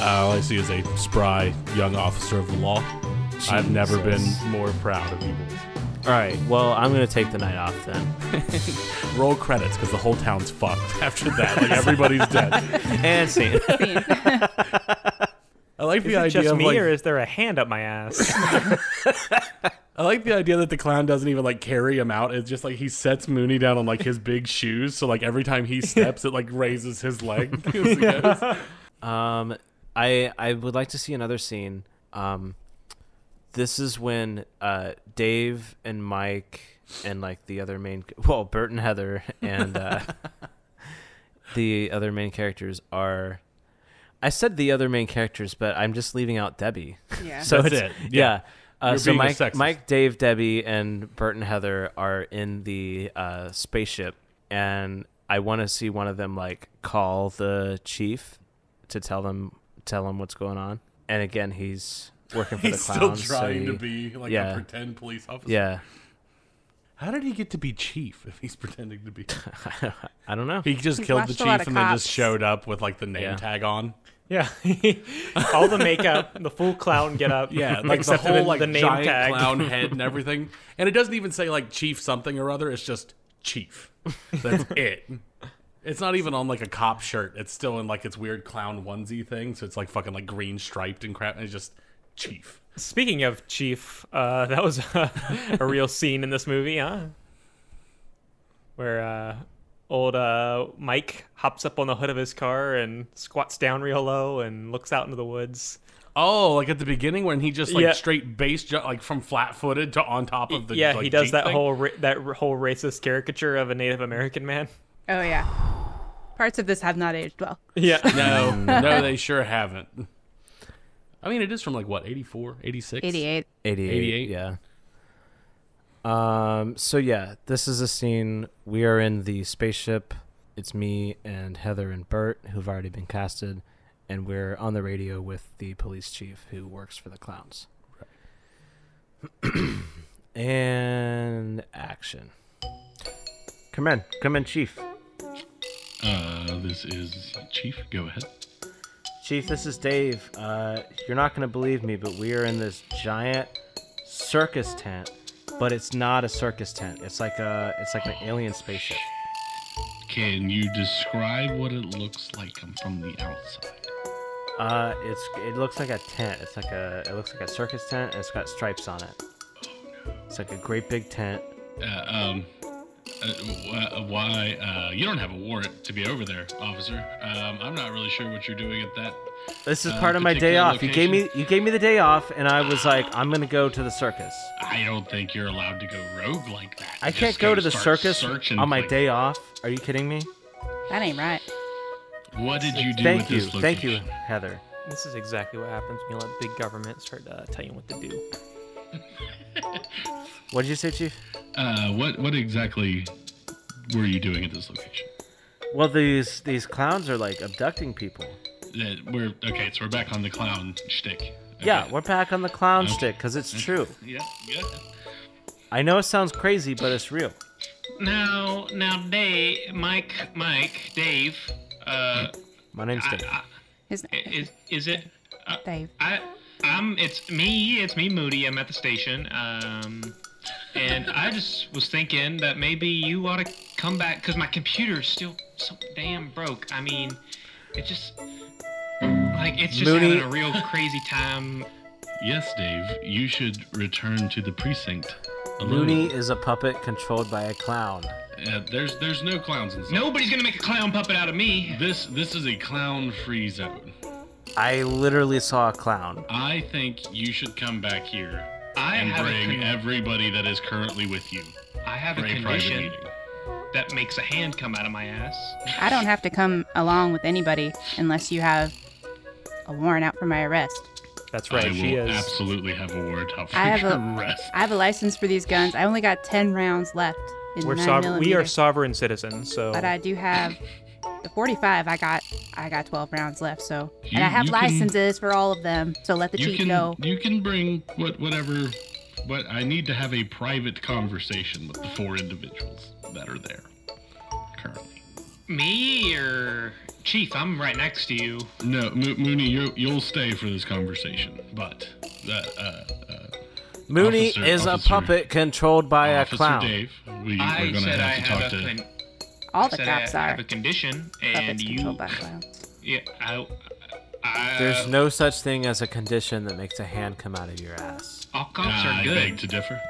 Speaker 3: Uh, all I see is a spry young officer of the law. I've never been
Speaker 1: Jesus.
Speaker 3: more proud of you boys.
Speaker 1: All right, well, I'm gonna take the night off then.
Speaker 3: Roll credits because the whole town's fucked after that. Like everybody's dead.
Speaker 1: And scene.
Speaker 3: I like the
Speaker 2: Is it
Speaker 3: idea
Speaker 2: just
Speaker 3: of
Speaker 2: me,
Speaker 3: like,
Speaker 2: or is there a hand up my ass?
Speaker 3: I like the idea that the clown doesn't even like carry him out. It's just like he sets Mooney down on like his big shoes, so like every time he steps, it like raises his leg. as he goes.
Speaker 1: Um, I I would like to see another scene. Um, this is when uh Dave and Mike and like the other main well Bert and Heather and uh, the other main characters are. I said the other main characters, but I'm just leaving out Debbie.
Speaker 4: Yeah.
Speaker 1: so
Speaker 3: That's
Speaker 1: it's,
Speaker 3: it, yeah.
Speaker 1: Yeah. Uh,
Speaker 3: You're
Speaker 1: so
Speaker 3: being a
Speaker 1: Mike,
Speaker 3: sexist.
Speaker 1: Mike, Dave, Debbie, and Bert and Heather are in the uh, spaceship, and I want to see one of them like call the chief to tell them tell him what's going on. And again, he's working for
Speaker 3: He's
Speaker 1: the
Speaker 3: still
Speaker 1: clowns. so
Speaker 3: trying to
Speaker 1: he-
Speaker 3: be like
Speaker 1: yeah.
Speaker 3: a pretend police officer.
Speaker 1: Yeah,
Speaker 3: How did he get to be chief if he's pretending to be?
Speaker 1: I don't know.
Speaker 3: He just
Speaker 4: He's
Speaker 3: killed the
Speaker 4: watched a lot
Speaker 3: chief
Speaker 4: of
Speaker 3: and then just
Speaker 4: cops.
Speaker 3: showed up with like the name
Speaker 1: Yeah.
Speaker 3: tag on.
Speaker 2: yeah. All the makeup, the full clown get up.
Speaker 3: Yeah, like the
Speaker 2: except for
Speaker 3: whole like
Speaker 2: the name
Speaker 3: giant
Speaker 2: tag.
Speaker 3: clown head and everything. And it doesn't even say like chief something or other. It's just chief. That's it. It's not even on like a cop shirt. It's still in like its weird clown onesie thing. So it's like fucking like green striped and crap. And it's just chief.
Speaker 2: Speaking of Chief, uh, that was a, a real scene in this movie, huh? Where uh, old uh, Mike hops up on the hood of his car and squats down real low and looks out into the woods.
Speaker 3: Oh, like at the beginning when he just like
Speaker 2: Yeah.
Speaker 3: straight base ju- like from flat footed to on top of the
Speaker 2: yeah,
Speaker 3: like,
Speaker 2: he does
Speaker 3: Jeep
Speaker 2: that
Speaker 3: thing.
Speaker 2: whole ra- that r- whole racist caricature of a Native American man.
Speaker 4: Oh yeah. Parts of this have not aged well.
Speaker 2: Yeah,
Speaker 3: No, no, they sure haven't. I mean, it is from like what 84, 86?
Speaker 4: 88.
Speaker 1: 88,
Speaker 3: 88.
Speaker 1: yeah um so yeah this is a scene we are in the spaceship it's me and heather and bert who've already been casted and we're on the radio with the police chief who works for the clowns and action come in come in chief
Speaker 8: Uh, this is Chief. Go ahead.
Speaker 1: Chief, this is Dave. Uh, you're not going to believe me, but we are in this giant circus tent, but it's not a circus tent. It's like a it's like an alien spaceship.
Speaker 8: Can you describe what it looks like from the outside?
Speaker 1: Uh, it's it looks like a tent. It's like a it looks like a circus tent and it's got stripes on it. It's like a great big tent.
Speaker 8: Uh, um, uh, wh- uh, why? Uh, you don't have a warrant to be over there, officer. Um, I'm not really sure what you're doing at that.
Speaker 1: This is
Speaker 8: Uh,
Speaker 1: part of my day
Speaker 8: particular
Speaker 1: off. You gave me
Speaker 8: location?
Speaker 1: you gave me the day off and I was like, I'm going to go to the circus.
Speaker 8: I don't think you're allowed to go rogue like that.
Speaker 1: I
Speaker 8: Just
Speaker 1: can't go to the
Speaker 8: start
Speaker 1: circus
Speaker 8: searching
Speaker 1: on my
Speaker 8: places.
Speaker 1: day off. Are you kidding me?
Speaker 4: That ain't right.
Speaker 8: What did you do
Speaker 1: Thank
Speaker 8: with
Speaker 1: you.
Speaker 8: this location?
Speaker 1: Thank you, Heather.
Speaker 2: this is exactly what happens when you let big government start uh, telling you what to do.
Speaker 1: What did you say, Chief?
Speaker 8: Uh, what what exactly were you doing at this location?
Speaker 1: Well, these these clowns are like abducting people.
Speaker 8: That Uh, we're okay. So we're back on the clown shtick.
Speaker 1: Yeah,
Speaker 8: Okay.
Speaker 1: we're back on the clown
Speaker 8: Okay.
Speaker 1: stick because it's true.
Speaker 8: Yeah, yeah.
Speaker 1: I know it sounds crazy, but it's real.
Speaker 8: Now, now, Dave, Mike, Mike, Dave. Uh,
Speaker 1: My name's
Speaker 8: I,
Speaker 1: Dave.
Speaker 8: I,
Speaker 4: His
Speaker 8: is is it? Uh,
Speaker 4: Dave.
Speaker 8: I, I'm. It's me. It's me, Moody. I'm at the station. Um, and I just was thinking that maybe you ought to come back because my computer's still so damn broke. I mean, it just like it's just
Speaker 1: Moody-
Speaker 8: having a real crazy time.
Speaker 9: Yes, Dave, you should return to the precinct. alone.
Speaker 1: Mooney is a puppet controlled by a clown.
Speaker 9: Uh, there's there's no clowns in this.
Speaker 8: Nobody's gonna make a clown puppet out of me.
Speaker 9: This this is a clown-free zone.
Speaker 1: I literally saw a clown.
Speaker 9: I think you should come back here
Speaker 8: I
Speaker 9: and
Speaker 8: have a
Speaker 9: bring
Speaker 8: con-
Speaker 9: everybody that is currently with you
Speaker 8: I have
Speaker 9: for
Speaker 8: a
Speaker 9: a private
Speaker 8: condition
Speaker 9: meeting.
Speaker 8: that makes a hand come out of my ass.
Speaker 4: I don't have to come along with anybody unless you have a warrant out for my arrest.
Speaker 2: That's right.
Speaker 9: I
Speaker 2: She
Speaker 9: will
Speaker 2: is.
Speaker 9: absolutely have a warrant out for
Speaker 4: I have
Speaker 9: your
Speaker 4: a-
Speaker 9: arrest.
Speaker 4: I have a license for these guns. I only got ten rounds left. In
Speaker 2: We're
Speaker 4: 9
Speaker 2: sovereign. We
Speaker 4: millimeter.
Speaker 2: are sovereign citizens. So
Speaker 4: but I do have the 45. I got I got 12 rounds left, so and
Speaker 9: You-
Speaker 4: I have
Speaker 9: you can-
Speaker 4: licenses for all of them. So let the
Speaker 9: You
Speaker 4: cheat
Speaker 9: can
Speaker 4: go.
Speaker 9: you can bring what whatever. What I need to have a private conversation with the four individuals that are there currently.
Speaker 8: Me or Chief? I'm right next to you.
Speaker 9: No, Mo- Mooney, you you'll stay for this conversation, but uh, uh, uh,
Speaker 1: Mooney
Speaker 9: Officer-
Speaker 1: is
Speaker 9: Officer-
Speaker 1: a puppet controlled by a
Speaker 9: Officer
Speaker 1: clown.
Speaker 9: Dave, we,
Speaker 8: I
Speaker 9: we're gonna
Speaker 8: said I
Speaker 9: have to
Speaker 8: have
Speaker 9: talk
Speaker 8: a
Speaker 9: to.
Speaker 8: con-
Speaker 4: All the
Speaker 8: said
Speaker 4: cops
Speaker 8: I
Speaker 4: are
Speaker 8: have a condition, and
Speaker 4: puppets
Speaker 8: you,
Speaker 4: controlled by clowns.
Speaker 8: yeah, I, I, uh,
Speaker 1: There's no such thing as a condition that makes a hand come out of your ass.
Speaker 8: all cops
Speaker 9: I
Speaker 8: are
Speaker 9: beg
Speaker 8: good.
Speaker 9: to differ.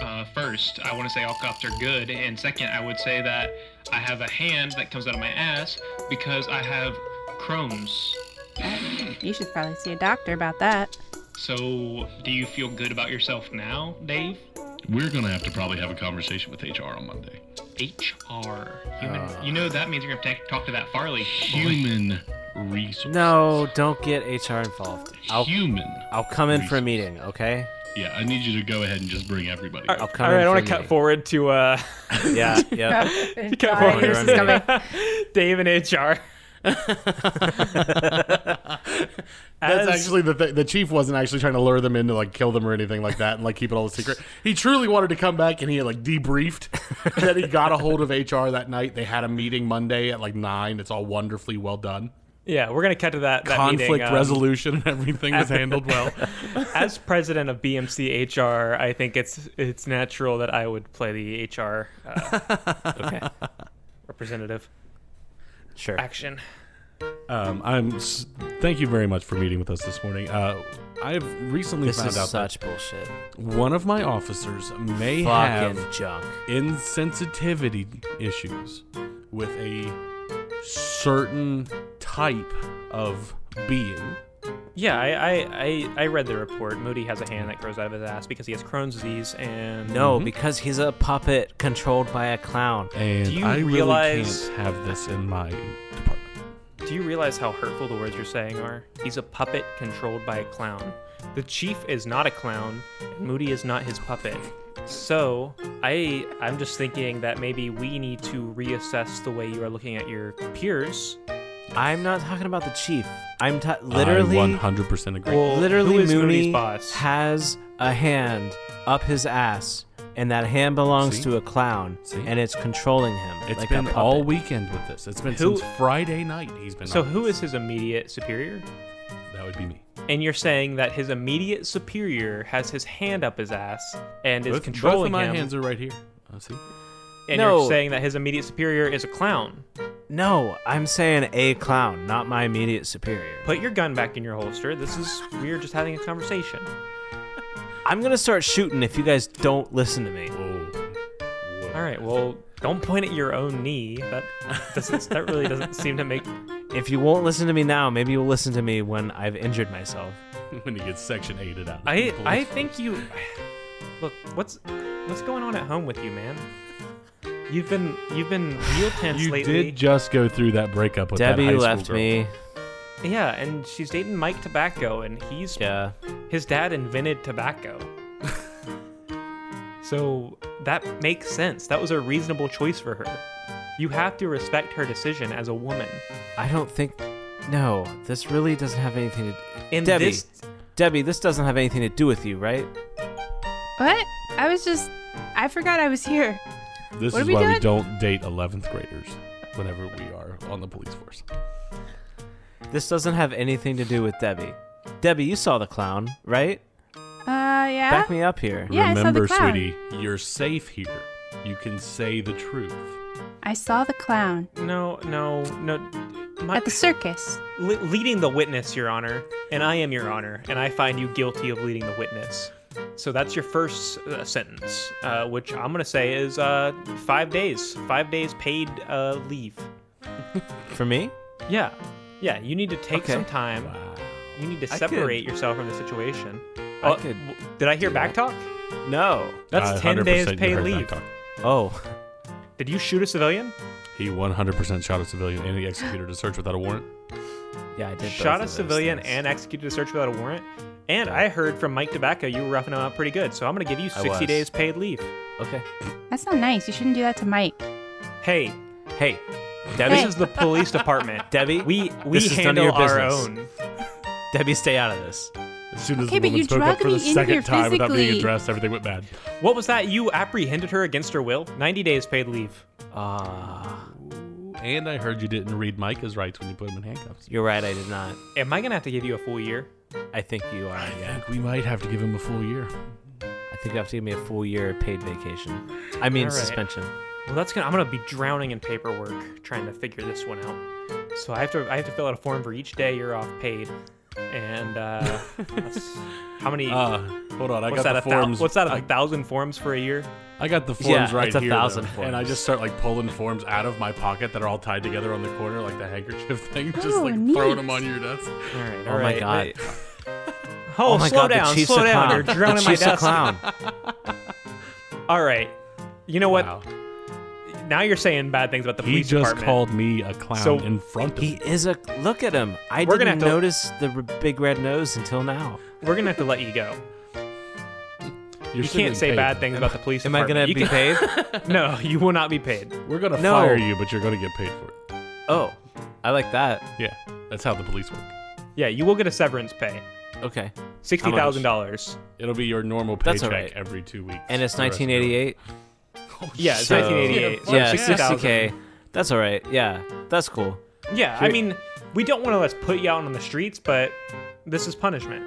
Speaker 8: Uh, first, I want to say all cops are good, and second, I would say that I have a hand that comes out of my ass because I have Crohn's.
Speaker 4: You should probably see a doctor about that.
Speaker 8: So, do you feel good about yourself now, Dave?
Speaker 9: We're gonna have to probably have a conversation with HR on Monday. Uh,
Speaker 8: HR, human. you know that means you're gonna ta- talk to that Farley. boy.
Speaker 9: Human resource.
Speaker 1: No, don't get HR involved. I'll
Speaker 9: Human.
Speaker 1: I'll come in for a meeting, okay?
Speaker 9: Yeah, I need you to go ahead and just bring everybody.
Speaker 2: All
Speaker 9: up.
Speaker 1: I'll
Speaker 2: right,
Speaker 1: come
Speaker 2: all right,
Speaker 1: in
Speaker 2: I want
Speaker 1: for
Speaker 2: to
Speaker 1: a
Speaker 2: cut
Speaker 1: meeting.
Speaker 2: forward to uh,
Speaker 1: Yeah, yeah.
Speaker 2: cut
Speaker 4: Sorry,
Speaker 2: forward
Speaker 1: you're
Speaker 4: this
Speaker 1: on
Speaker 4: is
Speaker 1: mute.
Speaker 4: coming.
Speaker 2: Dave and HR.
Speaker 3: That's
Speaker 2: As-
Speaker 3: actually the th- the chief wasn't actually trying to lure them in to like kill them or anything like that and like keep it all a secret. He truly wanted to come back and he had like debriefed that he got a hold of HR that night. They had a meeting Monday at like nine. It's all wonderfully well done.
Speaker 2: Yeah, we're gonna cut to that, that
Speaker 3: Conflict
Speaker 2: meeting, um,
Speaker 3: resolution and everything was handled well.
Speaker 2: As president of BMC HR, I think it's it's natural that I would play the HR uh, representative.
Speaker 1: Sure.
Speaker 2: Action.
Speaker 3: Um, I'm. S- thank you very much for meeting with us this morning. Uh, I've recently
Speaker 1: This
Speaker 3: found
Speaker 1: is
Speaker 3: out
Speaker 1: such bullshit.
Speaker 3: that one of my officers may have
Speaker 1: Fucking junk.
Speaker 3: insensitivity issues with a certain type of being.
Speaker 2: Yeah, I, I, I, I read the report. Moody has a hand that grows out of his ass because he has Crohn's disease, and
Speaker 1: No,
Speaker 3: Mm-hmm.
Speaker 1: because he's a puppet controlled by a clown.
Speaker 3: And
Speaker 2: Do you
Speaker 3: I really
Speaker 2: realize-
Speaker 3: can't have this in my department.
Speaker 2: Do you realize how hurtful the words you're saying are? He's a puppet controlled by a clown. The chief is not a clown, and Moody is not his puppet. So, I I'm just thinking that maybe we need to reassess the way you are looking at your peers.
Speaker 1: I'm not talking about the chief. I'm ta- literally
Speaker 3: I 100% agree.
Speaker 2: Well, who
Speaker 1: literally
Speaker 2: is
Speaker 1: Mooney
Speaker 2: Moody's boss?
Speaker 1: has a hand up his ass, and that hand belongs
Speaker 3: See?
Speaker 1: to a clown,
Speaker 3: See?
Speaker 1: and it's controlling him.
Speaker 3: It's
Speaker 1: like
Speaker 3: been
Speaker 1: a
Speaker 3: all
Speaker 1: puppet.
Speaker 3: weekend with this. It's been
Speaker 2: Who-
Speaker 3: since Friday night he's been
Speaker 2: so
Speaker 3: on
Speaker 2: who
Speaker 3: this.
Speaker 2: is his immediate superior?
Speaker 3: That would be me.
Speaker 2: And you're saying that his immediate superior has his hand up his ass and is
Speaker 3: both,
Speaker 2: controlling
Speaker 3: both of my
Speaker 2: him.
Speaker 3: hands are right here. Uh, see?
Speaker 2: and
Speaker 1: No.
Speaker 2: you're saying that his immediate superior is a clown.
Speaker 1: No, I'm saying a clown, not my immediate superior.
Speaker 2: Put your gun back in your holster. This is we're just having a conversation.
Speaker 1: I'm gonna start shooting if you guys don't listen to me.
Speaker 2: All right. Well, don't point at your own knee. That doesn't. that really doesn't seem to make.
Speaker 1: If you won't listen to me now, maybe you'll listen to me when I've injured myself.
Speaker 3: when he gets section 8 out. of the
Speaker 2: I
Speaker 3: police
Speaker 2: I
Speaker 3: force.
Speaker 2: think you. Look, what's what's going on at home with you, man? You've been you've been real tense
Speaker 3: you
Speaker 2: lately.
Speaker 3: did just go through that breakup with that high
Speaker 1: Debbie
Speaker 3: school
Speaker 1: left
Speaker 3: girl.
Speaker 1: me.
Speaker 2: yeah, and she's dating Mike Tobacco, and he's
Speaker 1: Yeah.
Speaker 2: his dad invented tobacco. so that makes sense. That was a reasonable choice for her. You have to respect her decision as a woman.
Speaker 1: I don't think. No, this really doesn't have anything to.
Speaker 2: In
Speaker 1: Debbie,
Speaker 2: this-
Speaker 1: Debbie, this doesn't have anything to do with you, right?
Speaker 4: What? I was just I forgot I was here.
Speaker 3: This
Speaker 4: What
Speaker 3: is
Speaker 4: are we
Speaker 3: why we
Speaker 4: doing?
Speaker 3: don't date 11th graders whenever we are on the police force.
Speaker 1: This doesn't have anything to do with Debbie. Debbie, you saw the clown, right?
Speaker 4: Uh, yeah.
Speaker 1: Back me up here.
Speaker 4: Yeah, I saw the
Speaker 3: Remember,
Speaker 4: clown.
Speaker 3: sweetie, you're safe here. You can say the truth.
Speaker 4: I saw the clown
Speaker 2: No, no, no. My,
Speaker 4: at the circus.
Speaker 2: le- leading the witness, Your Honor, and I am Your Honor, and I find you guilty of leading the witness. So that's your first uh, sentence, uh, which I'm gonna say is uh, five days, five days paid uh, leave.
Speaker 1: For me?
Speaker 2: Yeah, yeah. You need to take
Speaker 1: Okay.
Speaker 2: some time. You need to
Speaker 1: I could-
Speaker 2: separate yourself from the situation.
Speaker 1: I could
Speaker 2: w- did I hear back talk?
Speaker 1: No.
Speaker 2: That's
Speaker 3: I
Speaker 2: 10 days
Speaker 3: 100% you
Speaker 2: paid
Speaker 3: heard that
Speaker 2: leave.
Speaker 3: talk.
Speaker 1: Oh,
Speaker 2: Did you shoot a civilian?
Speaker 3: He 100% shot a civilian and he executed a search without a warrant.
Speaker 1: yeah, I did. both
Speaker 2: Shot a
Speaker 1: of those
Speaker 2: civilian
Speaker 1: things.
Speaker 2: and executed a search without a warrant. And I heard from Mike Tobacco you were roughing him out pretty good, so I'm gonna give you
Speaker 1: I
Speaker 2: 60
Speaker 1: was.
Speaker 2: days paid leave.
Speaker 1: Okay.
Speaker 4: That's not nice. You shouldn't do that to Mike.
Speaker 2: Hey,
Speaker 1: Hey, Debbie.
Speaker 2: this is the police department.
Speaker 1: Debbie,
Speaker 2: We we
Speaker 1: this is none
Speaker 2: handle
Speaker 1: of your
Speaker 2: our
Speaker 1: business.
Speaker 2: own.
Speaker 1: Debbie, stay out of this.
Speaker 3: As soon as
Speaker 4: Okay,
Speaker 3: the
Speaker 4: but
Speaker 3: woman
Speaker 4: you
Speaker 3: spoke
Speaker 4: drug
Speaker 3: up for
Speaker 4: me
Speaker 3: the
Speaker 4: in here
Speaker 3: second time without being
Speaker 4: physically.
Speaker 3: addressed, everything went bad.
Speaker 2: What was that? You apprehended her against her will? 90 days paid leave.
Speaker 1: Ah,
Speaker 3: And I heard you didn't read Micah's rights when you put him in handcuffs.
Speaker 1: you're right. I did not.
Speaker 2: Am I gonna have to give you a full year?
Speaker 1: I think you are. Yeah.
Speaker 3: we might have to give him a full year.
Speaker 1: I think you have to give me a full year of paid vacation. I mean
Speaker 2: All right.
Speaker 1: suspension.
Speaker 2: Well, that's gonna. I'm gonna be drowning in paperwork trying to figure this one out. So I have to. I have to fill out a form for each day you're off paid. And uh, that's, how many?
Speaker 3: Uh, hold on, I
Speaker 2: what's
Speaker 3: got
Speaker 2: that?
Speaker 3: the
Speaker 2: a thou-
Speaker 3: forms.
Speaker 2: what's that? A
Speaker 3: I,
Speaker 2: thousand forms for a year?
Speaker 3: I got the forms
Speaker 1: Yeah,
Speaker 3: right
Speaker 1: it's a
Speaker 3: here,
Speaker 1: thousand
Speaker 3: though, and I
Speaker 1: forms.
Speaker 3: just start like pulling forms out of my pocket that are all tied together on the corner, like the handkerchief thing, just
Speaker 4: Oh,
Speaker 3: like
Speaker 4: neat.
Speaker 3: throwing them on your desk.
Speaker 2: All right.
Speaker 1: Oh my god.
Speaker 2: Oh,
Speaker 1: oh my
Speaker 2: slow
Speaker 1: god.
Speaker 2: down.
Speaker 1: the chief's
Speaker 2: slow
Speaker 1: a
Speaker 2: down.
Speaker 1: clown.
Speaker 2: You're drowning
Speaker 1: the
Speaker 2: my
Speaker 1: chief's a
Speaker 2: desk.
Speaker 1: clown.
Speaker 2: All right. You know what?
Speaker 3: Wow.
Speaker 2: Now you're saying bad things about the
Speaker 3: He
Speaker 2: police
Speaker 3: just
Speaker 2: department.
Speaker 3: called me a clown
Speaker 2: So-
Speaker 3: in front of
Speaker 1: He
Speaker 3: me.
Speaker 1: is a. Look at him. I
Speaker 2: We're gonna
Speaker 1: didn't
Speaker 2: have to-
Speaker 1: notice the r- big red nose until now.
Speaker 2: We're gonna have to let you go.
Speaker 3: You're
Speaker 2: You
Speaker 3: still
Speaker 2: can't
Speaker 3: getting
Speaker 2: say
Speaker 3: paid.
Speaker 2: bad things about the police.
Speaker 1: Am I gonna be
Speaker 2: department.
Speaker 1: paid?
Speaker 2: You can- no, you will not be paid.
Speaker 3: We're gonna
Speaker 1: No.
Speaker 3: fire you, but you're gonna get paid for it.
Speaker 1: Oh, I like that.
Speaker 3: Yeah, that's how the police work.
Speaker 2: Yeah, you will get a severance pay,
Speaker 1: Okay.
Speaker 2: sixty thousand dollars.
Speaker 3: It'll be your normal paycheck
Speaker 1: That's all right.
Speaker 3: every two weeks.
Speaker 1: And it's
Speaker 3: for the rest of your
Speaker 1: 1988.
Speaker 3: life.
Speaker 2: Yeah, it's
Speaker 1: So-
Speaker 2: 1988. so
Speaker 1: Yeah,
Speaker 2: 60,000.
Speaker 1: 60k. That's all right. Yeah, that's cool.
Speaker 2: Yeah, I mean, we don't want to let's put you out on the streets, but this is punishment.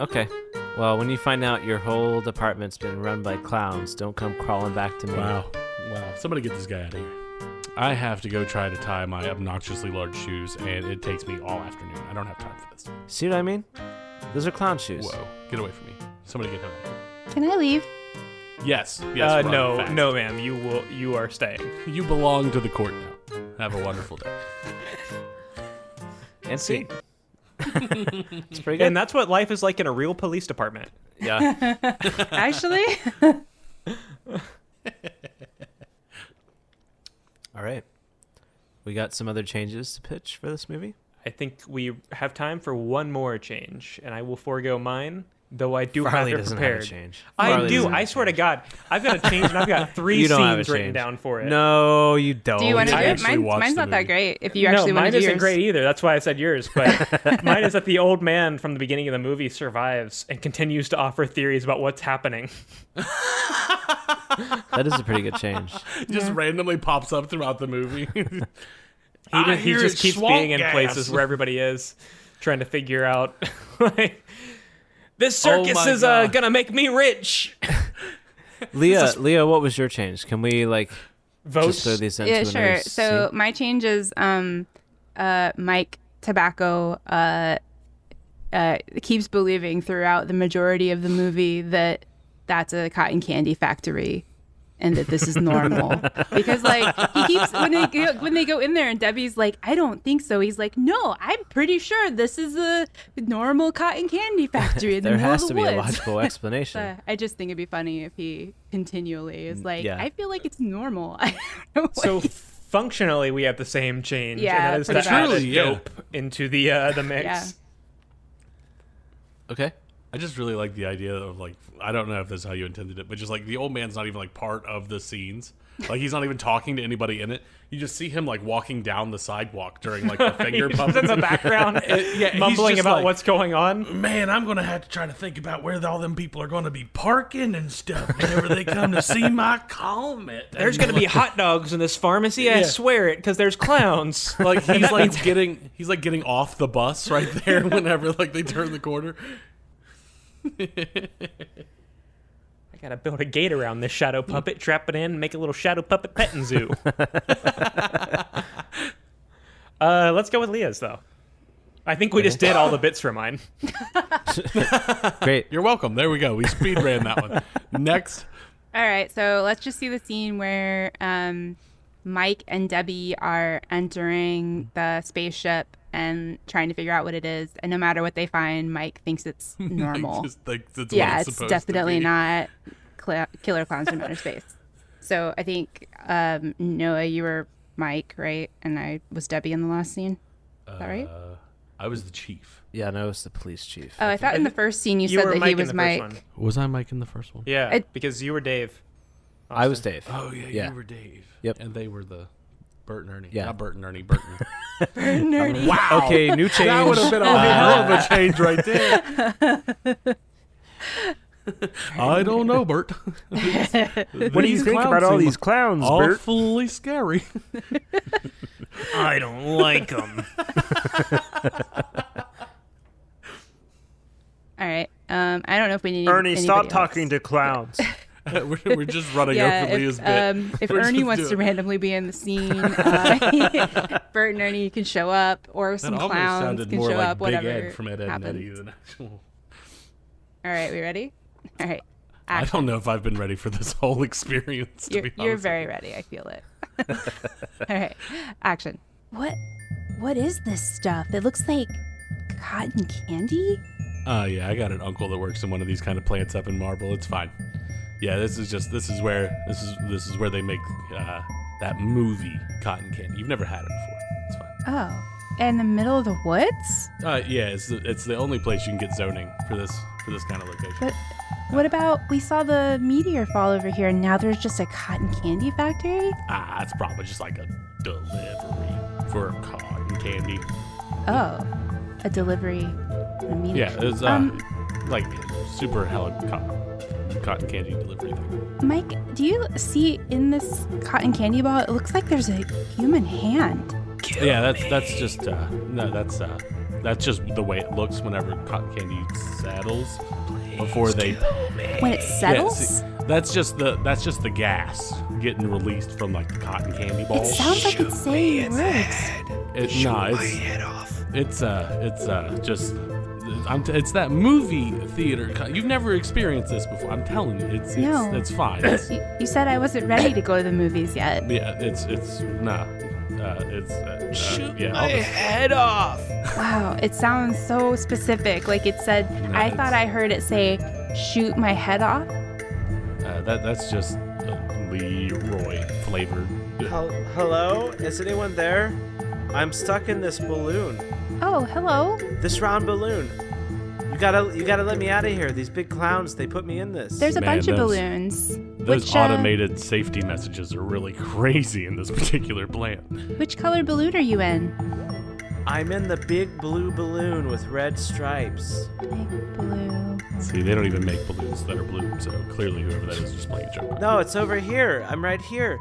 Speaker 1: Okay. Well, when you find out your whole department's been run by clowns, don't come crawling back to me.
Speaker 3: Wow. Wow. Somebody get this guy out of here. I have to go try to tie my obnoxiously large shoes, and it takes me all afternoon. I don't have time for this.
Speaker 1: See what I mean? Those are clown shoes.
Speaker 3: Whoa. Get away from me. Somebody get him. out of here.
Speaker 4: Can I leave?
Speaker 3: Yes. Yes.
Speaker 2: uh,
Speaker 3: run
Speaker 2: no,
Speaker 3: fast.
Speaker 2: no, ma'am, you will, you are staying.
Speaker 3: You belong to the court now. Have a wonderful day.
Speaker 1: And see. it's pretty good.
Speaker 2: And that's what life is like in a real police department.
Speaker 1: yeah.
Speaker 4: Actually,
Speaker 1: All right. We got some other changes to pitch for this movie.
Speaker 2: I think we have time for one more change, and I will forego mine. Though I do
Speaker 1: Farley
Speaker 2: have it
Speaker 1: doesn't have a
Speaker 2: prepared.
Speaker 1: change.
Speaker 2: I
Speaker 1: Farley
Speaker 2: do.
Speaker 1: doesn't have
Speaker 2: I
Speaker 1: a
Speaker 2: swear to God, I've got a change, and I've got three
Speaker 1: you don't have a
Speaker 2: scenes written
Speaker 1: change.
Speaker 2: down for it.
Speaker 1: No, you don't.
Speaker 4: do you want to do
Speaker 3: I
Speaker 4: it?
Speaker 3: actually
Speaker 4: Mine,
Speaker 3: watched
Speaker 4: mine's
Speaker 3: the
Speaker 4: not that
Speaker 3: movie.
Speaker 4: great. If you actually
Speaker 2: no,
Speaker 4: want
Speaker 2: mine
Speaker 4: to do
Speaker 2: isn't
Speaker 4: yours,
Speaker 2: great either. That's why I said yours. But mine is that the old man from the beginning of the movie survives and continues to offer theories about what's happening.
Speaker 1: That is a pretty good change.
Speaker 3: Just randomly pops up throughout the movie. he,
Speaker 2: He, just- he just keeps being in places where everybody is, trying to figure out. like, this
Speaker 3: Oh
Speaker 2: circus
Speaker 3: my
Speaker 2: is uh,
Speaker 3: God.
Speaker 2: gonna make me rich.
Speaker 1: Leah, Leah, what was your change? Can we like
Speaker 2: Vote.
Speaker 1: just throw these into
Speaker 4: Yeah,
Speaker 1: another
Speaker 4: sure. So my change is um, uh, Mike Tobacco uh, uh, keeps believing throughout the majority of the movie that that's a cotton candy factory. And that this is normal because, like, he keeps when they go, when they go in there, and Debbie's like, "I don't think so." He's like, "No, I'm pretty sure this is a normal cotton candy factory in the
Speaker 1: there
Speaker 4: middle
Speaker 1: has
Speaker 4: of
Speaker 1: to
Speaker 4: the
Speaker 1: be a
Speaker 4: woods."
Speaker 1: logical explanation.
Speaker 4: Uh, I just think it'd be funny if he continually is like,
Speaker 1: yeah.
Speaker 4: I feel like it's normal. I don't know what
Speaker 2: So functionally, we have the same change,
Speaker 4: Yeah,
Speaker 2: and that is
Speaker 4: pretty
Speaker 2: to
Speaker 4: much.
Speaker 2: add a
Speaker 3: Truly, yeah.
Speaker 2: dope into the uh, the mix.
Speaker 4: Yeah.
Speaker 1: okay.
Speaker 3: I just really like the idea of like I don't know if that's how you intended it, but just like the old man's not even like part of the scenes. Like he's not even talking to anybody in it. You just see him like walking down the sidewalk during like the finger
Speaker 2: He's in
Speaker 3: puppets.
Speaker 2: the background,
Speaker 3: yeah, he's
Speaker 2: mumbling
Speaker 3: just
Speaker 2: about
Speaker 3: like-
Speaker 2: what's going on.
Speaker 3: Man, I'm gonna have to try to think about where all them people are gonna be parking and stuff whenever they come to see my comet.
Speaker 2: There's gonna be hot dogs in this pharmacy. I swear it, because there's clowns.
Speaker 3: like he's like getting he's like getting off the bus right there whenever like they turn the corner.
Speaker 2: I gotta build a gate around this shadow puppet, trap it in, make a little shadow puppet petting zoo. uh, let's go with Leah's though. I think we just did all the bits for mine.
Speaker 1: Great.
Speaker 3: You're welcome. There we go. We speed ran that one. Next.
Speaker 4: All right, so let's just see the scene where um, Mike and Debbie are entering the spaceship and trying to figure out what it is. And no matter what they find, Mike thinks it's normal.
Speaker 3: Just like that's
Speaker 4: yeah,
Speaker 3: what it's,
Speaker 4: it's,
Speaker 3: supposed
Speaker 4: definitely
Speaker 3: to be.
Speaker 4: not cl- killer clowns from outer space. So I think um, Noah, you were Mike, right? And I was Debbie in the last scene. Is that right?
Speaker 3: Uh, I was the chief.
Speaker 1: Yeah, no, it's the police chief.
Speaker 4: oh, I thought in the first scene you,
Speaker 2: You
Speaker 4: said
Speaker 2: were
Speaker 4: that
Speaker 2: Mike
Speaker 4: he
Speaker 2: in
Speaker 4: was
Speaker 2: the
Speaker 4: Mike.
Speaker 2: first one.
Speaker 3: Was I Mike in the first one?
Speaker 2: Yeah,
Speaker 4: I-
Speaker 2: because you were Dave.
Speaker 1: I was Dave.
Speaker 3: Oh yeah,
Speaker 1: Yeah.
Speaker 3: you were Dave.
Speaker 1: Yep.
Speaker 3: And they were the Bert and Ernie.
Speaker 1: Yeah.
Speaker 3: Not Bert and Ernie, Burton.
Speaker 4: Nerdy.
Speaker 3: wow.
Speaker 1: Okay, new change.
Speaker 3: That would have been a
Speaker 10: Uh,
Speaker 3: hell of a change right there. I don't know, Bert. what
Speaker 1: clowns,
Speaker 3: Awfully scary.
Speaker 2: I don't like him.
Speaker 4: All right. Um, I don't know if we need
Speaker 10: Ernie, stop
Speaker 4: anybody
Speaker 10: talking
Speaker 4: else.
Speaker 10: to clowns.
Speaker 3: we're, we're just running
Speaker 4: Yeah,
Speaker 3: over Leah's
Speaker 4: if,
Speaker 3: bit.
Speaker 4: um, if
Speaker 3: We're
Speaker 4: Ernie
Speaker 3: just
Speaker 4: wants to
Speaker 3: doing-
Speaker 4: randomly be in the scene, uh, Bert and Ernie can show up, or
Speaker 3: That
Speaker 4: some
Speaker 3: almost
Speaker 4: clowns
Speaker 3: sounded
Speaker 4: can
Speaker 3: more
Speaker 4: show
Speaker 3: like
Speaker 4: up.
Speaker 3: Big
Speaker 4: whatever
Speaker 3: Ed from Ed, Ed and
Speaker 4: happens.
Speaker 3: Eddie than actual.
Speaker 4: All right, we ready? All right.
Speaker 3: I
Speaker 4: Action.
Speaker 3: don't know if I've been ready for this whole experience. To
Speaker 4: You're,
Speaker 3: be honest
Speaker 4: you're
Speaker 3: with you.
Speaker 4: very ready. I feel it. All right. Action.
Speaker 5: What what is this stuff? It looks like cotton candy?
Speaker 3: Uh, yeah, I got an uncle that works in one of these kind of plants up in Marble. It's fine. Yeah, this is just this is where this is this is where they make uh, that movie cotton candy. You've never had it before. It's fine.
Speaker 4: Oh, in the middle of the woods?
Speaker 3: Uh, yeah, it's the, it's the only place you can get zoning for this for this kind of location.
Speaker 5: But what about we saw the meteor fall over here and now there's just a cotton candy factory?
Speaker 3: Ah, it's probably just like a delivery for cotton candy.
Speaker 5: Oh, a delivery. A meteor.
Speaker 3: Yeah, it's uh,
Speaker 5: Um,
Speaker 3: like super helicopter cotton candy delivery thing.
Speaker 5: Mike, do you see in this cotton candy ball? It looks like there's a human hand.
Speaker 3: Yeah, that's that's just uh, no, that's uh, that's just the way it looks whenever cotton candy settles before they
Speaker 5: When it
Speaker 3: Yeah,
Speaker 5: settles,
Speaker 3: see, that's just the that's just the gas getting released from like the cotton candy
Speaker 5: it
Speaker 3: balls.
Speaker 5: sounds like it's saying words.
Speaker 3: It- nah, it's it's uh it's uh just I'm t- it's that movie theater. co- You've never experienced this before. I'm telling you, it's it's,
Speaker 5: No.
Speaker 3: it's fine. It's,
Speaker 5: You, you said I wasn't ready to go to the movies yet.
Speaker 3: yeah, it's it's nah. Uh, it's uh, uh, yeah. all this-
Speaker 5: Wow, it sounds so specific. Like it said, I
Speaker 3: it's-
Speaker 5: thought I heard it say, shoot my head off.
Speaker 3: uh, that that's just uh, Leroy flavored.
Speaker 10: Hel- Hello? Is anyone there? I'm stuck in this balloon.
Speaker 5: Oh, hello.
Speaker 10: This round balloon. You gotta you gotta let me out of here. These big clowns, they put me in this.
Speaker 5: There's a
Speaker 3: Man,
Speaker 5: bunch of
Speaker 3: those-
Speaker 5: balloons.
Speaker 3: Those
Speaker 5: which, uh,
Speaker 3: automated safety messages are really crazy in this particular plant.
Speaker 5: which color balloon are you in?
Speaker 10: I'm in the big blue balloon with red stripes.
Speaker 5: Big blue.
Speaker 3: See, they don't even make balloons that are blue, so clearly whoever that is just playing a joke.
Speaker 10: No, it's over here. I'm right here.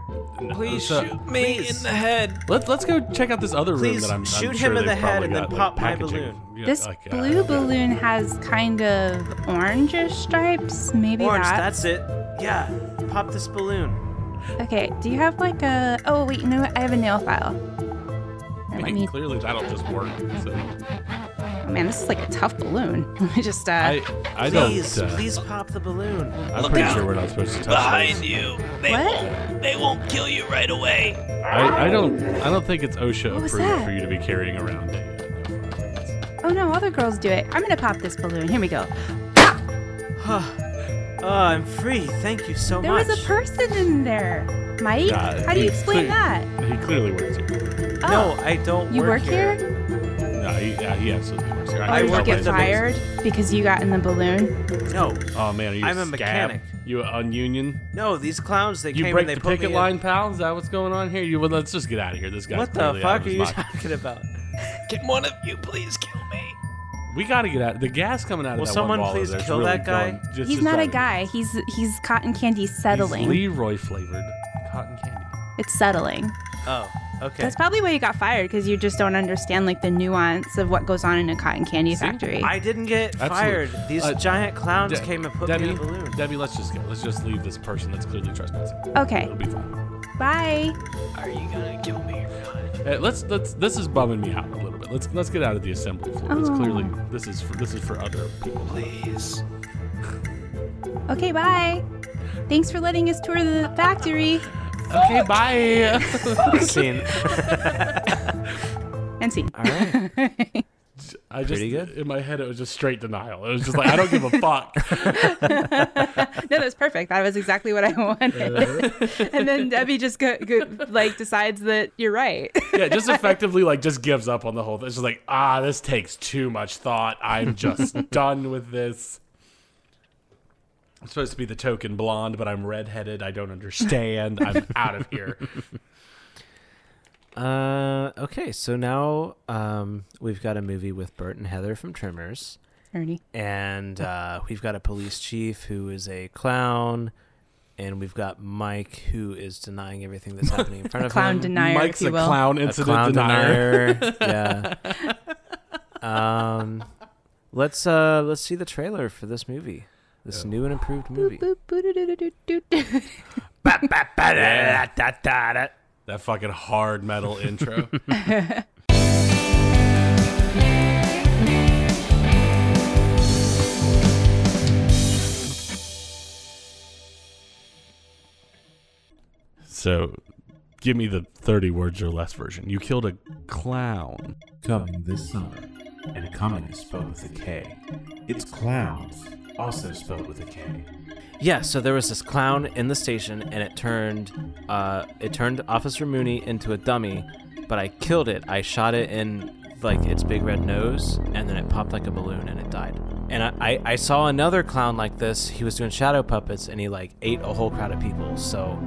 Speaker 3: Please
Speaker 2: Shoot me in the head.
Speaker 3: Let's let's go check out this other room
Speaker 10: Please
Speaker 3: that I'm I'm
Speaker 10: shoot him
Speaker 3: sure
Speaker 10: in
Speaker 3: they've
Speaker 10: the head
Speaker 3: probably
Speaker 10: and then
Speaker 3: got, like,
Speaker 10: pop my
Speaker 3: packaging.
Speaker 10: balloon.
Speaker 3: Yeah,
Speaker 5: This
Speaker 3: like, uh,
Speaker 5: blue
Speaker 3: yeah.
Speaker 5: balloon has kind of orangish stripes. Maybe
Speaker 10: Orange,
Speaker 5: that.
Speaker 10: that's it. Yeah. Pop this balloon.
Speaker 5: Okay, do you have like a. Oh, wait, you know what? I have a nail file. Here,
Speaker 3: I
Speaker 5: let
Speaker 3: mean,
Speaker 5: me.
Speaker 3: clearly that'll just work. So.
Speaker 4: Oh, man, this is like a tough balloon. Let me just, uh,
Speaker 3: I I don't.
Speaker 10: Please,
Speaker 3: uh,
Speaker 10: please pop the balloon.
Speaker 3: I'm pretty sure we're not supposed to touch behind you.
Speaker 5: what?
Speaker 3: I, I don't. I don't think it's OSHA
Speaker 5: What was
Speaker 3: approved
Speaker 5: that?
Speaker 3: for you to be carrying around. Dana.
Speaker 5: Oh no, other girls do it. I'm gonna pop this balloon. Here we go.
Speaker 10: Oh, I'm free. Thank you so
Speaker 5: There
Speaker 10: much.
Speaker 5: was a person in there. Mike?
Speaker 3: God,
Speaker 5: How do you
Speaker 3: he
Speaker 5: explain
Speaker 3: cle-
Speaker 5: that?
Speaker 3: He clearly works here.
Speaker 5: Oh,
Speaker 10: no, I don't
Speaker 5: you
Speaker 10: work
Speaker 5: work, here?
Speaker 3: No, he, uh, he absolutely works. motherfucker. can
Speaker 4: Or did you
Speaker 3: tell by
Speaker 4: get
Speaker 3: his
Speaker 4: fired because you got in the balloon?
Speaker 10: No.
Speaker 3: face. Oh man, are you
Speaker 10: I'm a
Speaker 3: scab?
Speaker 10: mechanic.
Speaker 3: You on union?
Speaker 10: No, these clowns. They
Speaker 3: You
Speaker 10: came
Speaker 3: break
Speaker 10: and they
Speaker 3: the
Speaker 10: put
Speaker 3: picket
Speaker 10: me
Speaker 3: line, pal. Is that what's going on here? You well, let's just get out of here. This
Speaker 10: In.
Speaker 3: guy's
Speaker 10: What the
Speaker 3: clearly out
Speaker 10: fuck
Speaker 3: of
Speaker 10: are
Speaker 3: his
Speaker 10: you
Speaker 3: mind.
Speaker 10: talking about?
Speaker 6: Can one of you please kill me?
Speaker 3: We gotta get out. The gas coming out of
Speaker 10: Will
Speaker 3: that
Speaker 10: someone
Speaker 3: one baller
Speaker 10: please
Speaker 3: there's
Speaker 10: kill
Speaker 3: really
Speaker 10: that guy?
Speaker 3: going- just-
Speaker 4: he's
Speaker 3: just
Speaker 4: not a
Speaker 3: driving.
Speaker 4: guy. He's he's cotton candy
Speaker 3: He's
Speaker 4: settling.
Speaker 3: Leroy flavored cotton candy.
Speaker 4: it's settling.
Speaker 10: Oh, okay.
Speaker 4: That's probably why you got fired because you just don't understand like the nuance of what goes on in a cotton candy factory.
Speaker 10: I didn't get
Speaker 3: Absolutely.
Speaker 10: fired. These
Speaker 3: Uh,
Speaker 10: giant clowns
Speaker 3: De-
Speaker 10: came and put
Speaker 3: Debbie,
Speaker 10: me in a balloon.
Speaker 3: Debbie, let's just go. Let's just leave this person that's clearly trespassing.
Speaker 4: Okay.
Speaker 3: It'll be fine.
Speaker 4: Bye.
Speaker 6: Are you gonna kill me or not?
Speaker 3: Hey, let's let's. This is bumming me out a little bit. Let's let's get out of the assembly floor. It's
Speaker 4: Oh.
Speaker 3: clearly this is for, this is for other people.
Speaker 6: Please.
Speaker 4: Okay, bye. Thanks for letting us tour the factory.
Speaker 3: Okay, bye.
Speaker 1: Scene.
Speaker 4: And see.
Speaker 1: All right.
Speaker 3: I just
Speaker 1: Pretty good.
Speaker 3: in my head it was just straight denial. It was just like I don't give a fuck.
Speaker 4: No, that's perfect. That was exactly what I wanted. and then Debbie just go, go, like decides that you're right.
Speaker 3: yeah, just effectively like just gives up on the whole thing. It's just like ah, this takes too much thought. I'm just done with this. I'm supposed to be the token blonde, but I'm redheaded. I don't understand. I'm out of here.
Speaker 1: Uh, okay, so now um, we've got a movie with Bert and Heather from Tremors,
Speaker 4: Ernie.
Speaker 1: and uh, we've got a police chief who is a clown, and we've got Mike who is denying everything that's happening in front of
Speaker 4: Clown
Speaker 1: him.
Speaker 4: denier,
Speaker 3: Mike's
Speaker 4: if
Speaker 3: a
Speaker 4: you will.
Speaker 3: clown
Speaker 1: a clown
Speaker 3: incident denier.
Speaker 1: denier. yeah. Um, let's uh, let's see the trailer for this movie, this new and improved movie.
Speaker 4: Boop, boo-doo-doo-doo-doo-doo.
Speaker 3: That fucking hard metal intro. so, give me the 30 words or less version. You killed a clown.
Speaker 11: Coming this summer, and coming is spelled with a K. It's clowns, also spelled with a K.
Speaker 1: Yeah, so there was this clown in the station, and it turned, uh, it turned Officer Mooney into a dummy. But I killed it. I shot it in like its big red nose, and then it popped like a balloon, and it died. And I, I, I saw another clown like this. He was doing shadow puppets, and he like ate a whole crowd of people. So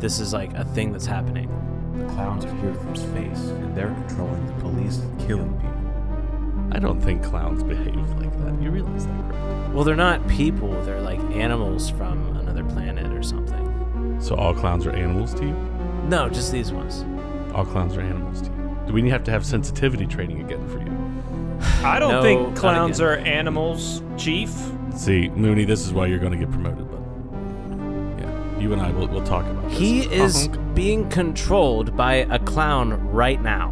Speaker 1: this is like a thing that's happening.
Speaker 11: The clowns are here from space, and they're controlling the police and killing people.
Speaker 3: I don't think clowns behave like that. You realize that, right?
Speaker 1: Well, they're not people. They're like animals from another planet or something.
Speaker 3: So, all clowns are animals to you?
Speaker 1: No, just these ones.
Speaker 3: All clowns are animals to you. Do we have to have sensitivity training again for you?
Speaker 2: I don't
Speaker 1: No,
Speaker 2: think
Speaker 1: not
Speaker 2: clowns
Speaker 1: again.
Speaker 2: are animals, Chief.
Speaker 3: See, Mooney, this is why you're going to get promoted, bud. Yeah, you and I will we'll talk about this.
Speaker 1: He is
Speaker 3: Uh-huh.
Speaker 1: being controlled by a clown right now.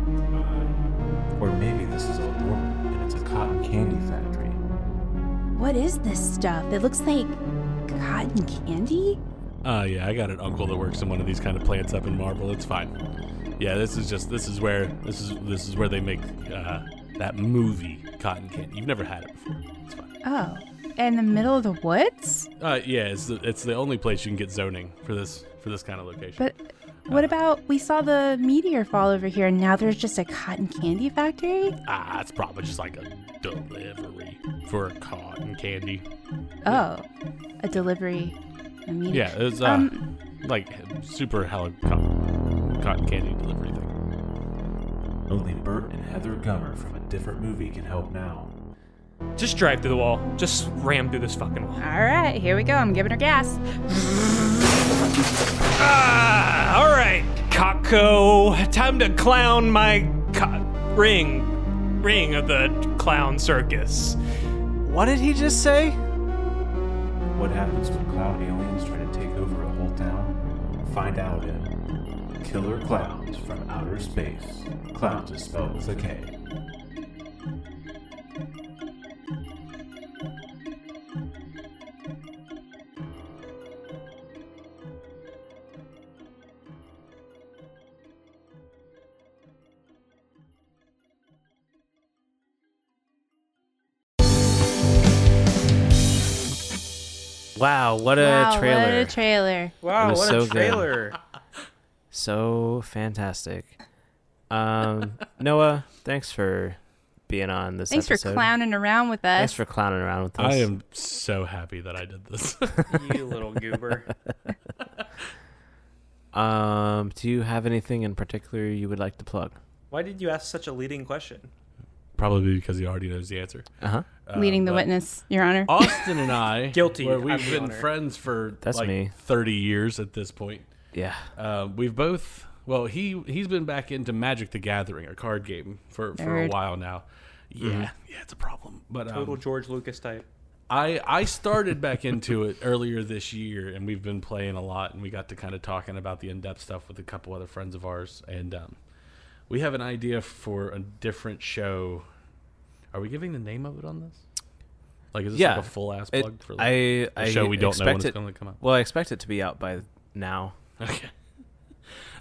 Speaker 11: Or maybe this is all normal, and it's a cotton candy factory.
Speaker 5: What is this stuff? It looks like cotton candy?
Speaker 3: Uh, yeah, I got an uncle that works in one of these kind of plants up in Marble. It's fine. Yeah, this is just this is where this is this is where they make uh, that movie Cotton Candy. You've never had it before. It's fine.
Speaker 4: Oh, in the middle of the woods?
Speaker 3: Uh, yeah, it's the, it's the only place you can get zoning for this for this kind of location.
Speaker 4: But
Speaker 3: Uh-huh.
Speaker 4: what about we saw the meteor fall over here and now there's just a cotton candy factory?
Speaker 3: ah, it's probably just like a delivery for cotton candy.
Speaker 4: Oh, a delivery. A meteor.
Speaker 3: Yeah, it's uh,
Speaker 4: Um,
Speaker 3: like super helicopter cotton candy delivery thing.
Speaker 11: Only Bert and Heather Gummer from a different movie can help now.
Speaker 2: Just drive through the wall. Just ram through this fucking wall.
Speaker 4: All right, here we go. I'm giving her gas.
Speaker 2: Ah, all right, Cocko. Time to clown my co- ring, ring of the clown circus.
Speaker 1: What did he just say?
Speaker 11: What happens when clown aliens try to take over a whole town? Find out in Killer Clowns from Outer Space. Clowns is spelled with a K.
Speaker 1: Wow, what a
Speaker 4: wow,
Speaker 1: trailer.
Speaker 4: what a trailer.
Speaker 1: It
Speaker 10: Wow,
Speaker 1: was
Speaker 10: what
Speaker 1: so
Speaker 10: a
Speaker 1: good.
Speaker 10: trailer!
Speaker 1: so fantastic. Um, Noah, thanks for being on this.
Speaker 4: Thanks
Speaker 1: episode.
Speaker 4: for clowning around with us.
Speaker 1: Thanks for clowning around with us.
Speaker 3: I am so happy that I did this.
Speaker 2: you little goober.
Speaker 1: Um, do you have anything in particular you would like to plug?
Speaker 2: Why did you ask such a leading question?
Speaker 3: Probably because he already knows the answer.
Speaker 1: Uh-huh.
Speaker 4: Leading the
Speaker 3: um, but
Speaker 4: witness, Your Honor.
Speaker 3: Austin and I,
Speaker 2: Guilty,
Speaker 3: where we've
Speaker 2: I'm the
Speaker 3: been
Speaker 2: honor.
Speaker 3: friends for
Speaker 1: That's
Speaker 3: like
Speaker 1: me.
Speaker 3: thirty years at this point.
Speaker 1: Yeah.
Speaker 3: Uh, we've both. Well, he he's been back into Magic the Gathering, a card game, for for a
Speaker 2: Nerd.
Speaker 3: while now. Yeah,
Speaker 2: Mhm.
Speaker 3: yeah, it's a problem. But um,
Speaker 2: Total George Lucas type.
Speaker 3: I I started back into it earlier this year, and we've been playing a lot, and we got to kind of talking about the in-depth stuff with a couple other friends of ours, and um, we have an idea for a different show. Are we giving the name of it on this? Like, is this like a full ass
Speaker 1: It-
Speaker 3: plug for like,
Speaker 1: I,
Speaker 3: a
Speaker 1: I
Speaker 3: show we don't know
Speaker 1: expect
Speaker 3: when it's
Speaker 1: it-
Speaker 3: going to come out?
Speaker 1: Well, I expect it to be out by now.
Speaker 3: Okay.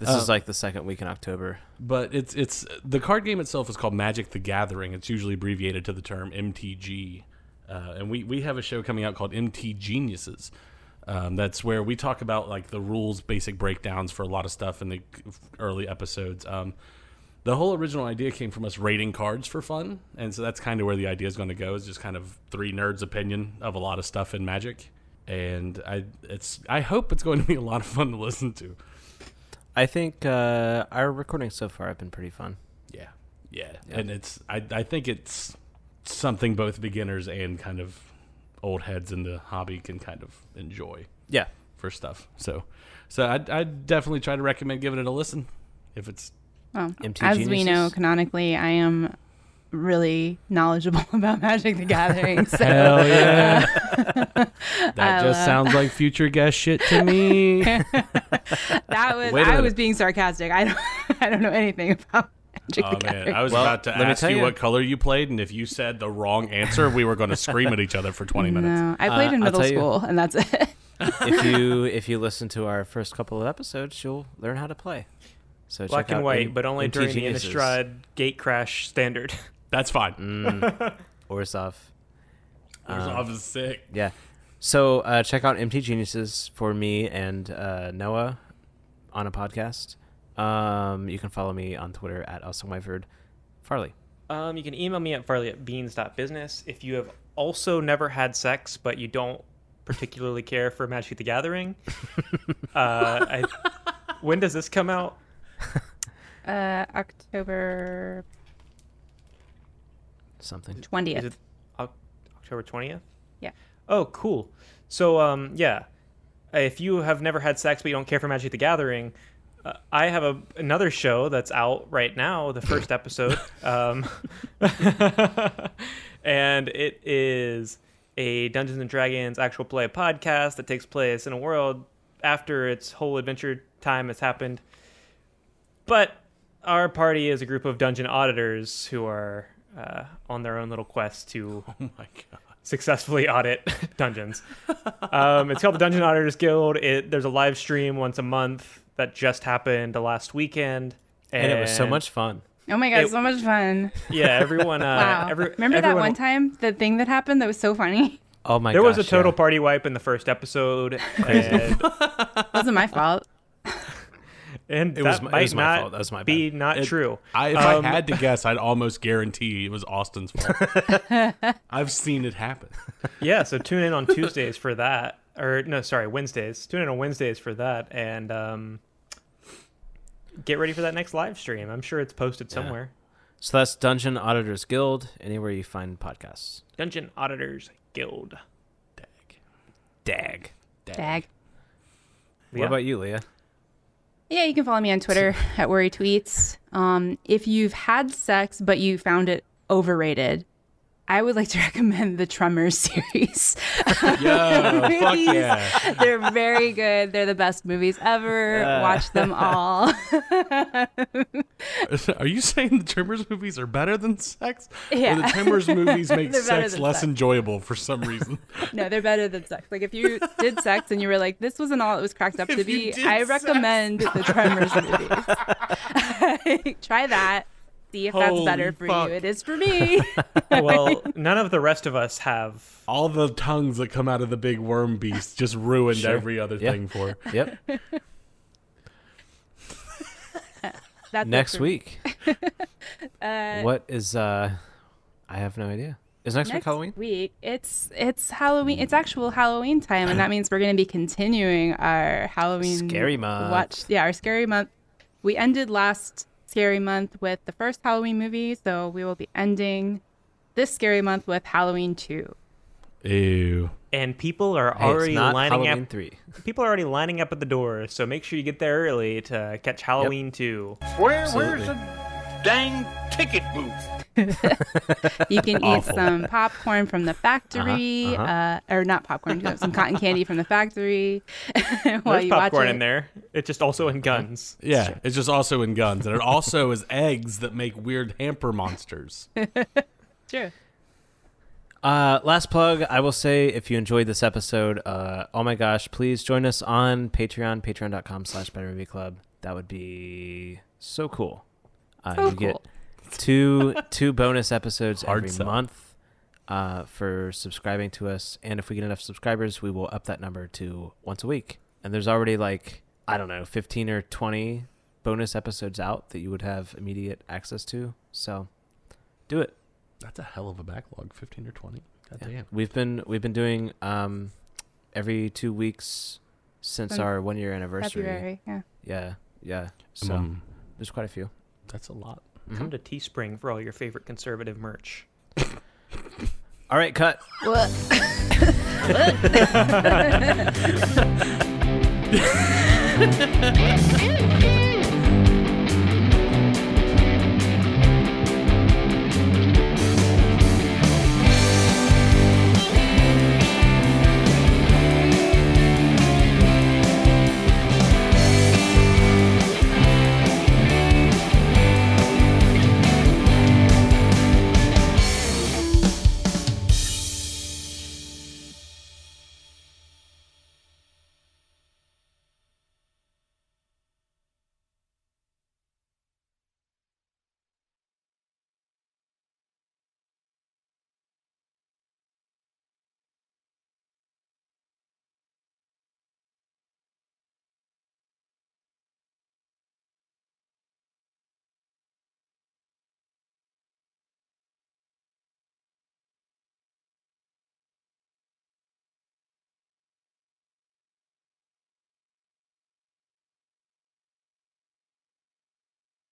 Speaker 1: This
Speaker 3: Uh,
Speaker 1: is like the second week in October.
Speaker 3: But it's it's the card game itself is called Magic the Gathering. It's usually abbreviated to the term MTG, uh, and we we have a show coming out called MT Geniuses. Um, that's where we talk about like the rules, basic breakdowns for a lot of stuff in the early episodes. Um, the whole original idea came from us rating cards for fun, and so that's kind of where the idea is going to go. Is just kind of three nerds' opinion of a lot of stuff in Magic, and I it's I hope it's going to be a lot of fun to listen to.
Speaker 1: I think uh, our recordings so far have been pretty fun.
Speaker 3: Yeah. Yeah. And it's I, I think it's something both beginners and kind of old heads in the hobby can kind of enjoy.
Speaker 1: Yeah.
Speaker 3: For stuff. So so I'd, I'd definitely try to recommend giving it a listen if it's
Speaker 4: Well,
Speaker 3: MT
Speaker 4: as we
Speaker 3: Geniuses?
Speaker 4: know, canonically, I am really knowledgeable about Magic the Gathering. So,
Speaker 3: Hell yeah.
Speaker 4: uh,
Speaker 3: that
Speaker 4: I'll,
Speaker 3: just
Speaker 4: uh,
Speaker 3: sounds like future guest shit to me.
Speaker 4: that was
Speaker 3: Wait a
Speaker 4: I
Speaker 3: minute.
Speaker 4: was being sarcastic. I don't I don't know anything about Magic
Speaker 3: Oh
Speaker 4: the
Speaker 3: man,
Speaker 4: Gathering.
Speaker 3: I was
Speaker 1: Well,
Speaker 3: about to
Speaker 1: let me
Speaker 3: ask
Speaker 1: tell
Speaker 3: you
Speaker 1: you-
Speaker 3: what color you played, and if you said the wrong answer, we were going to scream at each other for twenty minutes.
Speaker 4: No, I played
Speaker 1: Uh,
Speaker 4: in
Speaker 1: I'll
Speaker 4: middle
Speaker 1: tell you.
Speaker 4: school, and that's it.
Speaker 1: if you if you listen to our first couple of episodes, you'll learn how to play. So
Speaker 2: Black
Speaker 1: check
Speaker 2: and
Speaker 1: out
Speaker 2: white,
Speaker 1: M-
Speaker 2: but only
Speaker 1: MT
Speaker 2: during the
Speaker 1: Geniuses.
Speaker 2: Innistrad gate crash standard.
Speaker 3: That's fine.
Speaker 1: Mm, Orzov. uh,
Speaker 3: Orzhov is sick.
Speaker 1: Yeah. So uh, check out MT Geniuses for me and uh, Noah on a podcast. Um, you can follow me on Twitter at Austin Wyford Farley.
Speaker 2: Um, you can email me at farley at beans.business. If you have also never had sex, but you don't particularly care for Magic the Gathering, uh, I, when does this come out?
Speaker 4: Uh, October
Speaker 1: Something.
Speaker 2: Is
Speaker 4: 20th.
Speaker 2: it Oc- October 20th?
Speaker 4: Yeah.
Speaker 2: Oh, cool. So, um, yeah, if you have never had sex but you don't care for Magic the Gathering, uh, I have a, another show that's out right now, the first episode. um, and it is a Dungeons and Dragons actual play podcast that takes place in a world after its whole adventure time has happened. But our party is a group of dungeon auditors who are uh, on their own little quest to
Speaker 1: Oh
Speaker 2: successfully audit dungeons. um, it's called the Dungeon Auditors Guild. It, there's a live stream once a month that just happened the last weekend.
Speaker 1: And it was so much fun.
Speaker 4: Oh my god,
Speaker 2: It-
Speaker 4: so much fun!
Speaker 2: yeah, everyone. Uh,
Speaker 4: wow.
Speaker 2: every-
Speaker 4: Remember that
Speaker 2: everyone-
Speaker 4: one time, the thing that happened that was so funny?
Speaker 1: Oh my
Speaker 2: There was a
Speaker 1: gosh, yeah.
Speaker 2: total party wipe in the first episode. and
Speaker 4: wasn't my fault.
Speaker 2: and that
Speaker 3: It was my- it
Speaker 2: might
Speaker 3: was my
Speaker 2: not
Speaker 3: fault. That was my
Speaker 2: be not
Speaker 3: It-
Speaker 2: true.
Speaker 3: I, if
Speaker 2: Um,
Speaker 3: I had to guess, I'd almost guarantee it was Austin's fault. I've seen it happen.
Speaker 2: yeah, so tune in on Tuesdays for that. Or no, sorry, Wednesdays. Tune in on Wednesdays for that and um get ready for that next live stream. I'm sure it's posted somewhere.
Speaker 1: So that's Dungeon Auditors Guild, anywhere you find podcasts.
Speaker 2: Dungeon Auditors Guild.
Speaker 1: Dag.
Speaker 4: Dag.
Speaker 1: What
Speaker 4: Yeah.
Speaker 1: about you, Leah?
Speaker 4: Yeah, you can follow me on Twitter at Worry Tweets. Um, if you've had sex but you found it overrated, I would like to recommend the Tremors series.
Speaker 5: fuck
Speaker 4: Movies.
Speaker 5: yeah.
Speaker 4: They're very good. They're the best movies ever.
Speaker 2: Uh.
Speaker 3: Yeah.
Speaker 4: Watch them all.
Speaker 3: Are you saying the Tremors movies are better than sex? Or
Speaker 4: Yeah.
Speaker 3: the Tremors movies make
Speaker 4: They're better
Speaker 3: sex
Speaker 4: than
Speaker 3: less
Speaker 4: sex.
Speaker 3: enjoyable for some reason.
Speaker 4: no, they're better than sex. Like if you did sex and you were like, "This wasn't all it was cracked up to be," I recommend the Tremors movies. Try that. See if that's
Speaker 2: Holy
Speaker 4: better for
Speaker 2: fuck.
Speaker 4: you. It is for me.
Speaker 2: well, none of the rest of us have
Speaker 3: All the tongues that come out of the big worm beast just ruined
Speaker 2: Sure.
Speaker 3: every other
Speaker 2: Yeah.
Speaker 3: thing for. her.
Speaker 1: Yep.
Speaker 4: That's it
Speaker 1: Next
Speaker 4: for me.
Speaker 1: week.
Speaker 4: uh,
Speaker 1: what is uh I have no idea. Is next, week Halloween?
Speaker 4: week, it's it's Halloween. It's actual Halloween time, and that means we're going to be continuing our Halloween
Speaker 1: Scary month.
Speaker 4: Watch, yeah, our scary month. We ended last scary month with the first Halloween movie, so we will be ending this scary month with Halloween two.
Speaker 3: Ew.
Speaker 2: And people are
Speaker 1: Hey, it's
Speaker 2: already
Speaker 1: not
Speaker 2: lining
Speaker 1: Halloween
Speaker 2: up.
Speaker 1: three.
Speaker 2: People are already lining up at the door, so make sure you get there early to catch Halloween two.
Speaker 12: Where, where's the dang ticket booth?
Speaker 4: You can eat
Speaker 2: Awful.
Speaker 4: some popcorn from the factory,
Speaker 2: Uh-huh,
Speaker 4: uh
Speaker 2: uh-huh.
Speaker 4: or not popcorn, no, some cotton candy from the factory while
Speaker 2: There's
Speaker 4: you
Speaker 2: popcorn
Speaker 4: watch it.
Speaker 2: in there. It's just also in guns.
Speaker 3: Yeah, it's just also in guns, and it also is eggs that make weird hamper monsters.
Speaker 4: True.
Speaker 1: Uh, last plug, I will say if you enjoyed this episode, uh, oh my gosh, please join us on Patreon, patreon.com slash Better Movie Club. That would be so cool. Uh,
Speaker 10: So
Speaker 1: you get two two bonus episodes every month uh, for subscribing to us. And if we get enough subscribers, we will up that number to once a week. And there's already like, I don't know, 15 or 20 bonus episodes out that you would have immediate access to. So do it.
Speaker 3: That's a hell of a backlog, fifteen or twenty. God damn.
Speaker 1: We've been we've been doing um every two weeks since
Speaker 4: Since
Speaker 1: our one year anniversary.
Speaker 4: February, yeah.
Speaker 1: Yeah. Yeah. So
Speaker 3: Um,
Speaker 1: there's quite a few. Mm-hmm.
Speaker 3: That's a lot.
Speaker 2: Come to Teespring for all your favorite conservative merch.
Speaker 1: All right, cut.
Speaker 4: What?
Speaker 2: What?